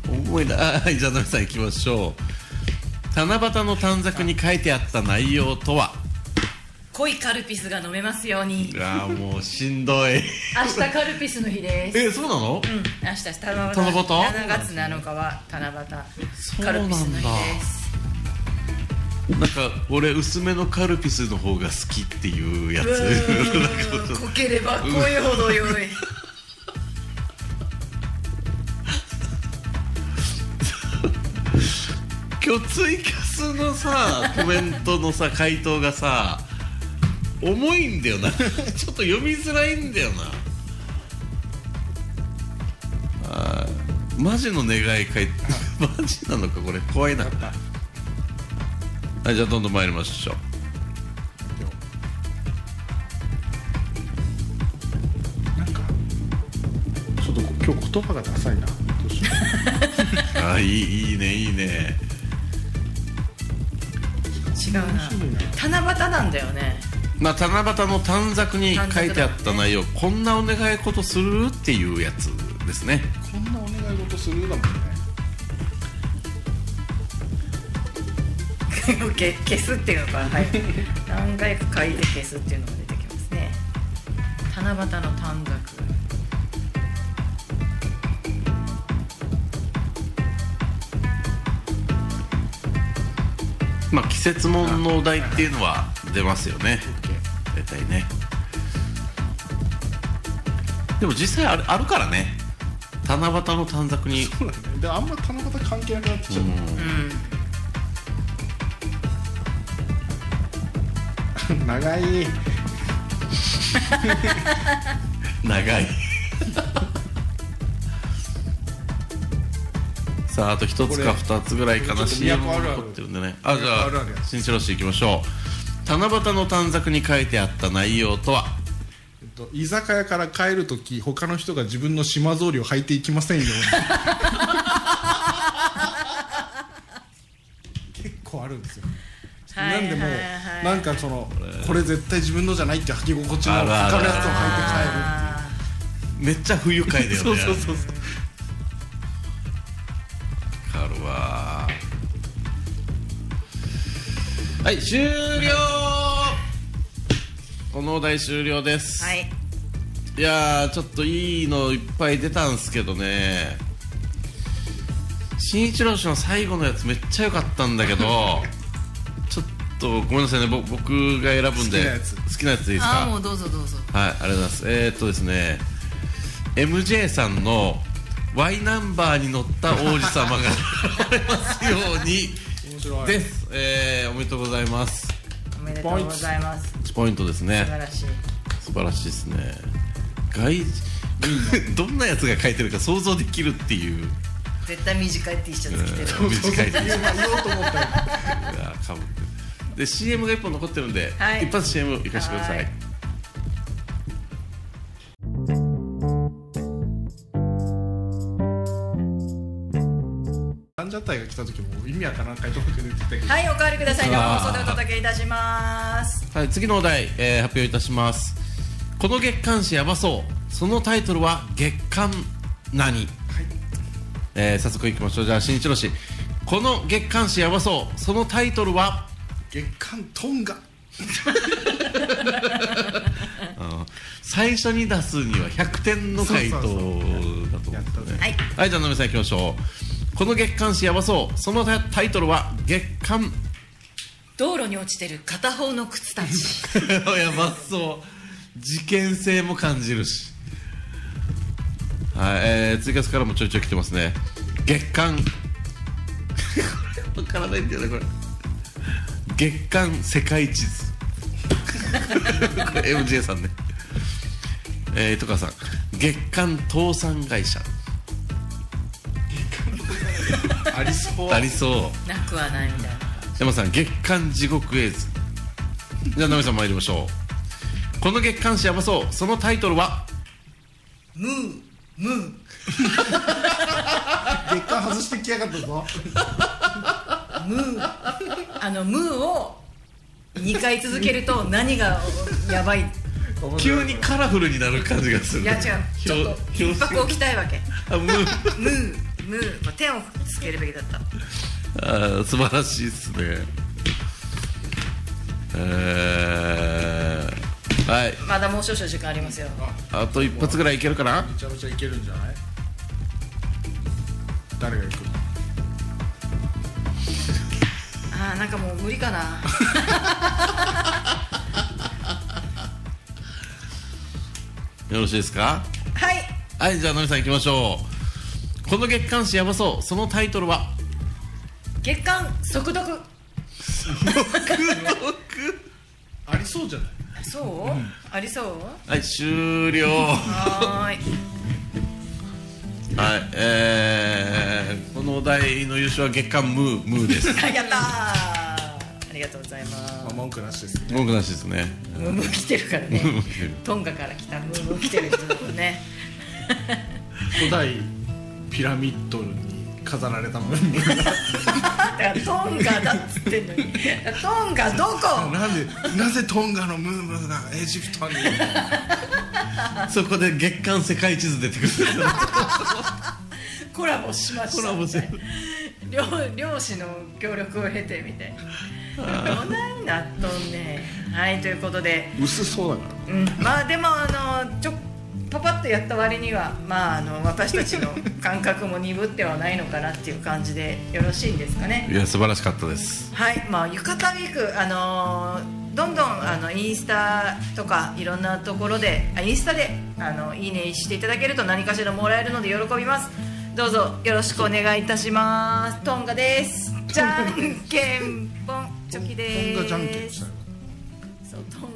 [SPEAKER 1] う
[SPEAKER 3] 重いなはいじゃあナミさん行きましょう七夕の短冊に書いてあった内容とは
[SPEAKER 1] 濃いカルピスが飲めますように
[SPEAKER 3] いやーもうしんどい
[SPEAKER 1] 明日カルピスの日です
[SPEAKER 3] えそうなの
[SPEAKER 1] うん、明日七夕七
[SPEAKER 3] 七夕
[SPEAKER 1] 7月7日は七
[SPEAKER 3] そ
[SPEAKER 1] 夕
[SPEAKER 3] う
[SPEAKER 1] カ
[SPEAKER 3] な
[SPEAKER 1] ル
[SPEAKER 3] んだ
[SPEAKER 1] ピスの日です
[SPEAKER 3] なんか俺薄めのカルピスの方が好きっていうやつ なんかちょっと
[SPEAKER 1] こければ濃いほど良い
[SPEAKER 3] 今日ツイキャスのさコメントのさ回答がさ重いんだよな ちょっと読みづらいんだよなあーマジの願い書いて マジなのかこれ怖いなはいじゃあどんどん参りましょう
[SPEAKER 2] なんかちょっと今日言葉がダサいなどうしよ
[SPEAKER 3] あーいいいいねいいね
[SPEAKER 1] 違うな七夕なんだよね
[SPEAKER 3] まあ七夕の短冊に書いてあった内容、こんなお願い事するっていうやつですね
[SPEAKER 2] うこんなお願い事するだもんね
[SPEAKER 1] け消すっていうのかな、はい、何回か書いて消すっていうのが出てきますね七夕の短冊
[SPEAKER 3] まあ季節もんのお題っていうのは出ますよね大体ねでも実際あるあるからね七夕の短冊に
[SPEAKER 2] そうだねであんま七夕関係なくなっちゃう、長い
[SPEAKER 3] 長いさああと一つか
[SPEAKER 2] こ
[SPEAKER 3] 二つぐらい悲しいもの
[SPEAKER 2] ちょっと都あるあ
[SPEAKER 3] 残
[SPEAKER 2] る
[SPEAKER 3] ってるんでねあじゃ
[SPEAKER 2] 都あるあるや
[SPEAKER 3] あ新城市行きましょう七夕の短冊に書いてあった内容とは
[SPEAKER 2] えっと居酒屋から帰るとき他の人が自分の島草履を履いていきませんよ結構あるんですよ
[SPEAKER 1] はい
[SPEAKER 2] なんでもう
[SPEAKER 1] はいはい
[SPEAKER 2] なんかそのこれ絶対自分のじゃないって履き心地の
[SPEAKER 3] あ
[SPEAKER 2] 他
[SPEAKER 3] る
[SPEAKER 2] の
[SPEAKER 3] あ
[SPEAKER 2] や
[SPEAKER 3] る
[SPEAKER 2] つ
[SPEAKER 3] あ
[SPEAKER 2] を
[SPEAKER 3] る
[SPEAKER 2] 履
[SPEAKER 1] あ
[SPEAKER 3] めっちゃ不愉快
[SPEAKER 2] いて帰
[SPEAKER 3] だ
[SPEAKER 2] る
[SPEAKER 3] よね
[SPEAKER 2] そうそうそうそう
[SPEAKER 3] わかるわはい終了このお題終了です、
[SPEAKER 1] はい
[SPEAKER 3] いやーちょっといいのいっぱい出たんすけどね新一郎氏の最後のやつめっちゃ良かったんだけどちょっとごめんなさいねぼ僕が選ぶん
[SPEAKER 2] 好
[SPEAKER 3] で
[SPEAKER 2] きなやつ
[SPEAKER 3] 好きなやつでいいです
[SPEAKER 1] ああも
[SPEAKER 3] か
[SPEAKER 1] うどうぞどうぞ
[SPEAKER 3] はいありがとうございますえー、っとですね MJ さんの Y ナンバーに乗った王子様が 現れますように
[SPEAKER 2] 面白い
[SPEAKER 3] です、えー、おめでとうございます
[SPEAKER 1] おめでとうございます
[SPEAKER 3] 1ポイントですね
[SPEAKER 1] 素晴らしい
[SPEAKER 3] 素晴らしいですね外 どんなやつが書いてるか想像できるって いう
[SPEAKER 1] 絶対短い T シャツ着てる
[SPEAKER 3] 短いです
[SPEAKER 2] 今言おうと思ったよ
[SPEAKER 3] かぶってるで CM が1本残ってるんで、
[SPEAKER 1] はい
[SPEAKER 3] 一発 CM いかしてください
[SPEAKER 1] はい
[SPEAKER 2] ランジャタイが来た時も意味わからん回答が出てたけど
[SPEAKER 1] はいおかわりください生放送でお届けいたします
[SPEAKER 3] はい、次のお題、えー発表いたしますこの月刊誌やばそうそのタイトルは「月刊何えー早速いきましょうじゃあ新一郎氏この月刊誌やばそうそのタイトルは
[SPEAKER 2] 月刊トンガ
[SPEAKER 3] 最初に出すには100点の回答だと
[SPEAKER 2] そう
[SPEAKER 3] 思うん
[SPEAKER 2] や
[SPEAKER 3] で
[SPEAKER 2] っ
[SPEAKER 3] す
[SPEAKER 2] た
[SPEAKER 3] ね
[SPEAKER 2] ぜ
[SPEAKER 1] はい
[SPEAKER 3] はい、じゃあ、なめさん、行きましょう。この月刊誌やばそう。そのタタイトルは、月刊。
[SPEAKER 1] 道路に落ちてる片方の靴たち
[SPEAKER 3] やばそう。事件性も感じるし。はい、えー、ツイキャスからもちょいちょい来てますね。月刊。これ、わからないんだよね、これ。月刊世界地図。これ、MJ さんね。えー、とかさん。月刊倒産会社。
[SPEAKER 2] ありそう
[SPEAKER 3] ありそう。
[SPEAKER 1] なくはないみたいな
[SPEAKER 3] 山さん月刊地獄絵図じゃあナミさん参りましょうこの月刊誌やばそうそのタイトルは
[SPEAKER 1] ムームー
[SPEAKER 2] 月刊外してきやがった ぞ
[SPEAKER 1] ム ーあのムーを2回続けると何がやばい
[SPEAKER 3] 急にカラフルになる感じがする
[SPEAKER 1] いや違うちょっと
[SPEAKER 3] 表
[SPEAKER 1] 一
[SPEAKER 3] 表
[SPEAKER 1] 泊
[SPEAKER 3] 紙
[SPEAKER 1] 置きたいわけ
[SPEAKER 3] あむ
[SPEAKER 1] ムームー、まあ、手をつけるべきだった
[SPEAKER 3] あー素晴らしいですねえー、はい
[SPEAKER 1] まだもう少々時間ありますよ
[SPEAKER 3] あと一発ぐらいいけるかな
[SPEAKER 2] めちゃめちゃいけるんじゃない誰が行くの
[SPEAKER 1] あーなんかもう無理かな
[SPEAKER 3] よろしいですか
[SPEAKER 1] はい
[SPEAKER 3] はいじゃあナミさん行きましょうこの月刊誌やばそうそのタイトルは
[SPEAKER 1] 月刊速読
[SPEAKER 2] ありそうじゃない
[SPEAKER 1] そう、ありそう
[SPEAKER 3] はい終 了
[SPEAKER 1] はーい
[SPEAKER 3] はい、えー、このお題の優勝は月刊ムームーです。
[SPEAKER 1] あやったー ありがとうございま
[SPEAKER 2] まあ
[SPEAKER 1] す
[SPEAKER 2] 文句なしですね
[SPEAKER 3] 文句なしで すね。
[SPEAKER 1] ムームー来てるからね トンガから来たムームー来てる人だもんね
[SPEAKER 2] 古代ピラミッドに飾られたものに
[SPEAKER 1] だからトンガだっつってんのにトンガどこ
[SPEAKER 2] なんでなぜトンガのムームーがエジプトに
[SPEAKER 3] そこで月刊世界地図出てくる。
[SPEAKER 1] コラボしました
[SPEAKER 3] コラボする
[SPEAKER 1] 両漁師の協力を経てみたいなどないなっとんねんはいということで、
[SPEAKER 2] 薄そうだか
[SPEAKER 1] うん、まあでもあのちょパパッとやった割にはまああの私たちの感覚も鈍ってはないのかなっていう感じでよろしいんですかね
[SPEAKER 3] いや素晴らしかったです。
[SPEAKER 1] はい、まあ、浴衣ウィーク、あのーどんどんあのインスタとかいろんなところであインスタであのいいねしていただけると何かしらもらえるので喜びますどうぞよろしくお願いいたしますトンガですじゃんけんぽんチョキ
[SPEAKER 2] らトン
[SPEAKER 1] で
[SPEAKER 2] ガ
[SPEAKER 1] す
[SPEAKER 2] じゃんけんしたよ
[SPEAKER 1] そうトン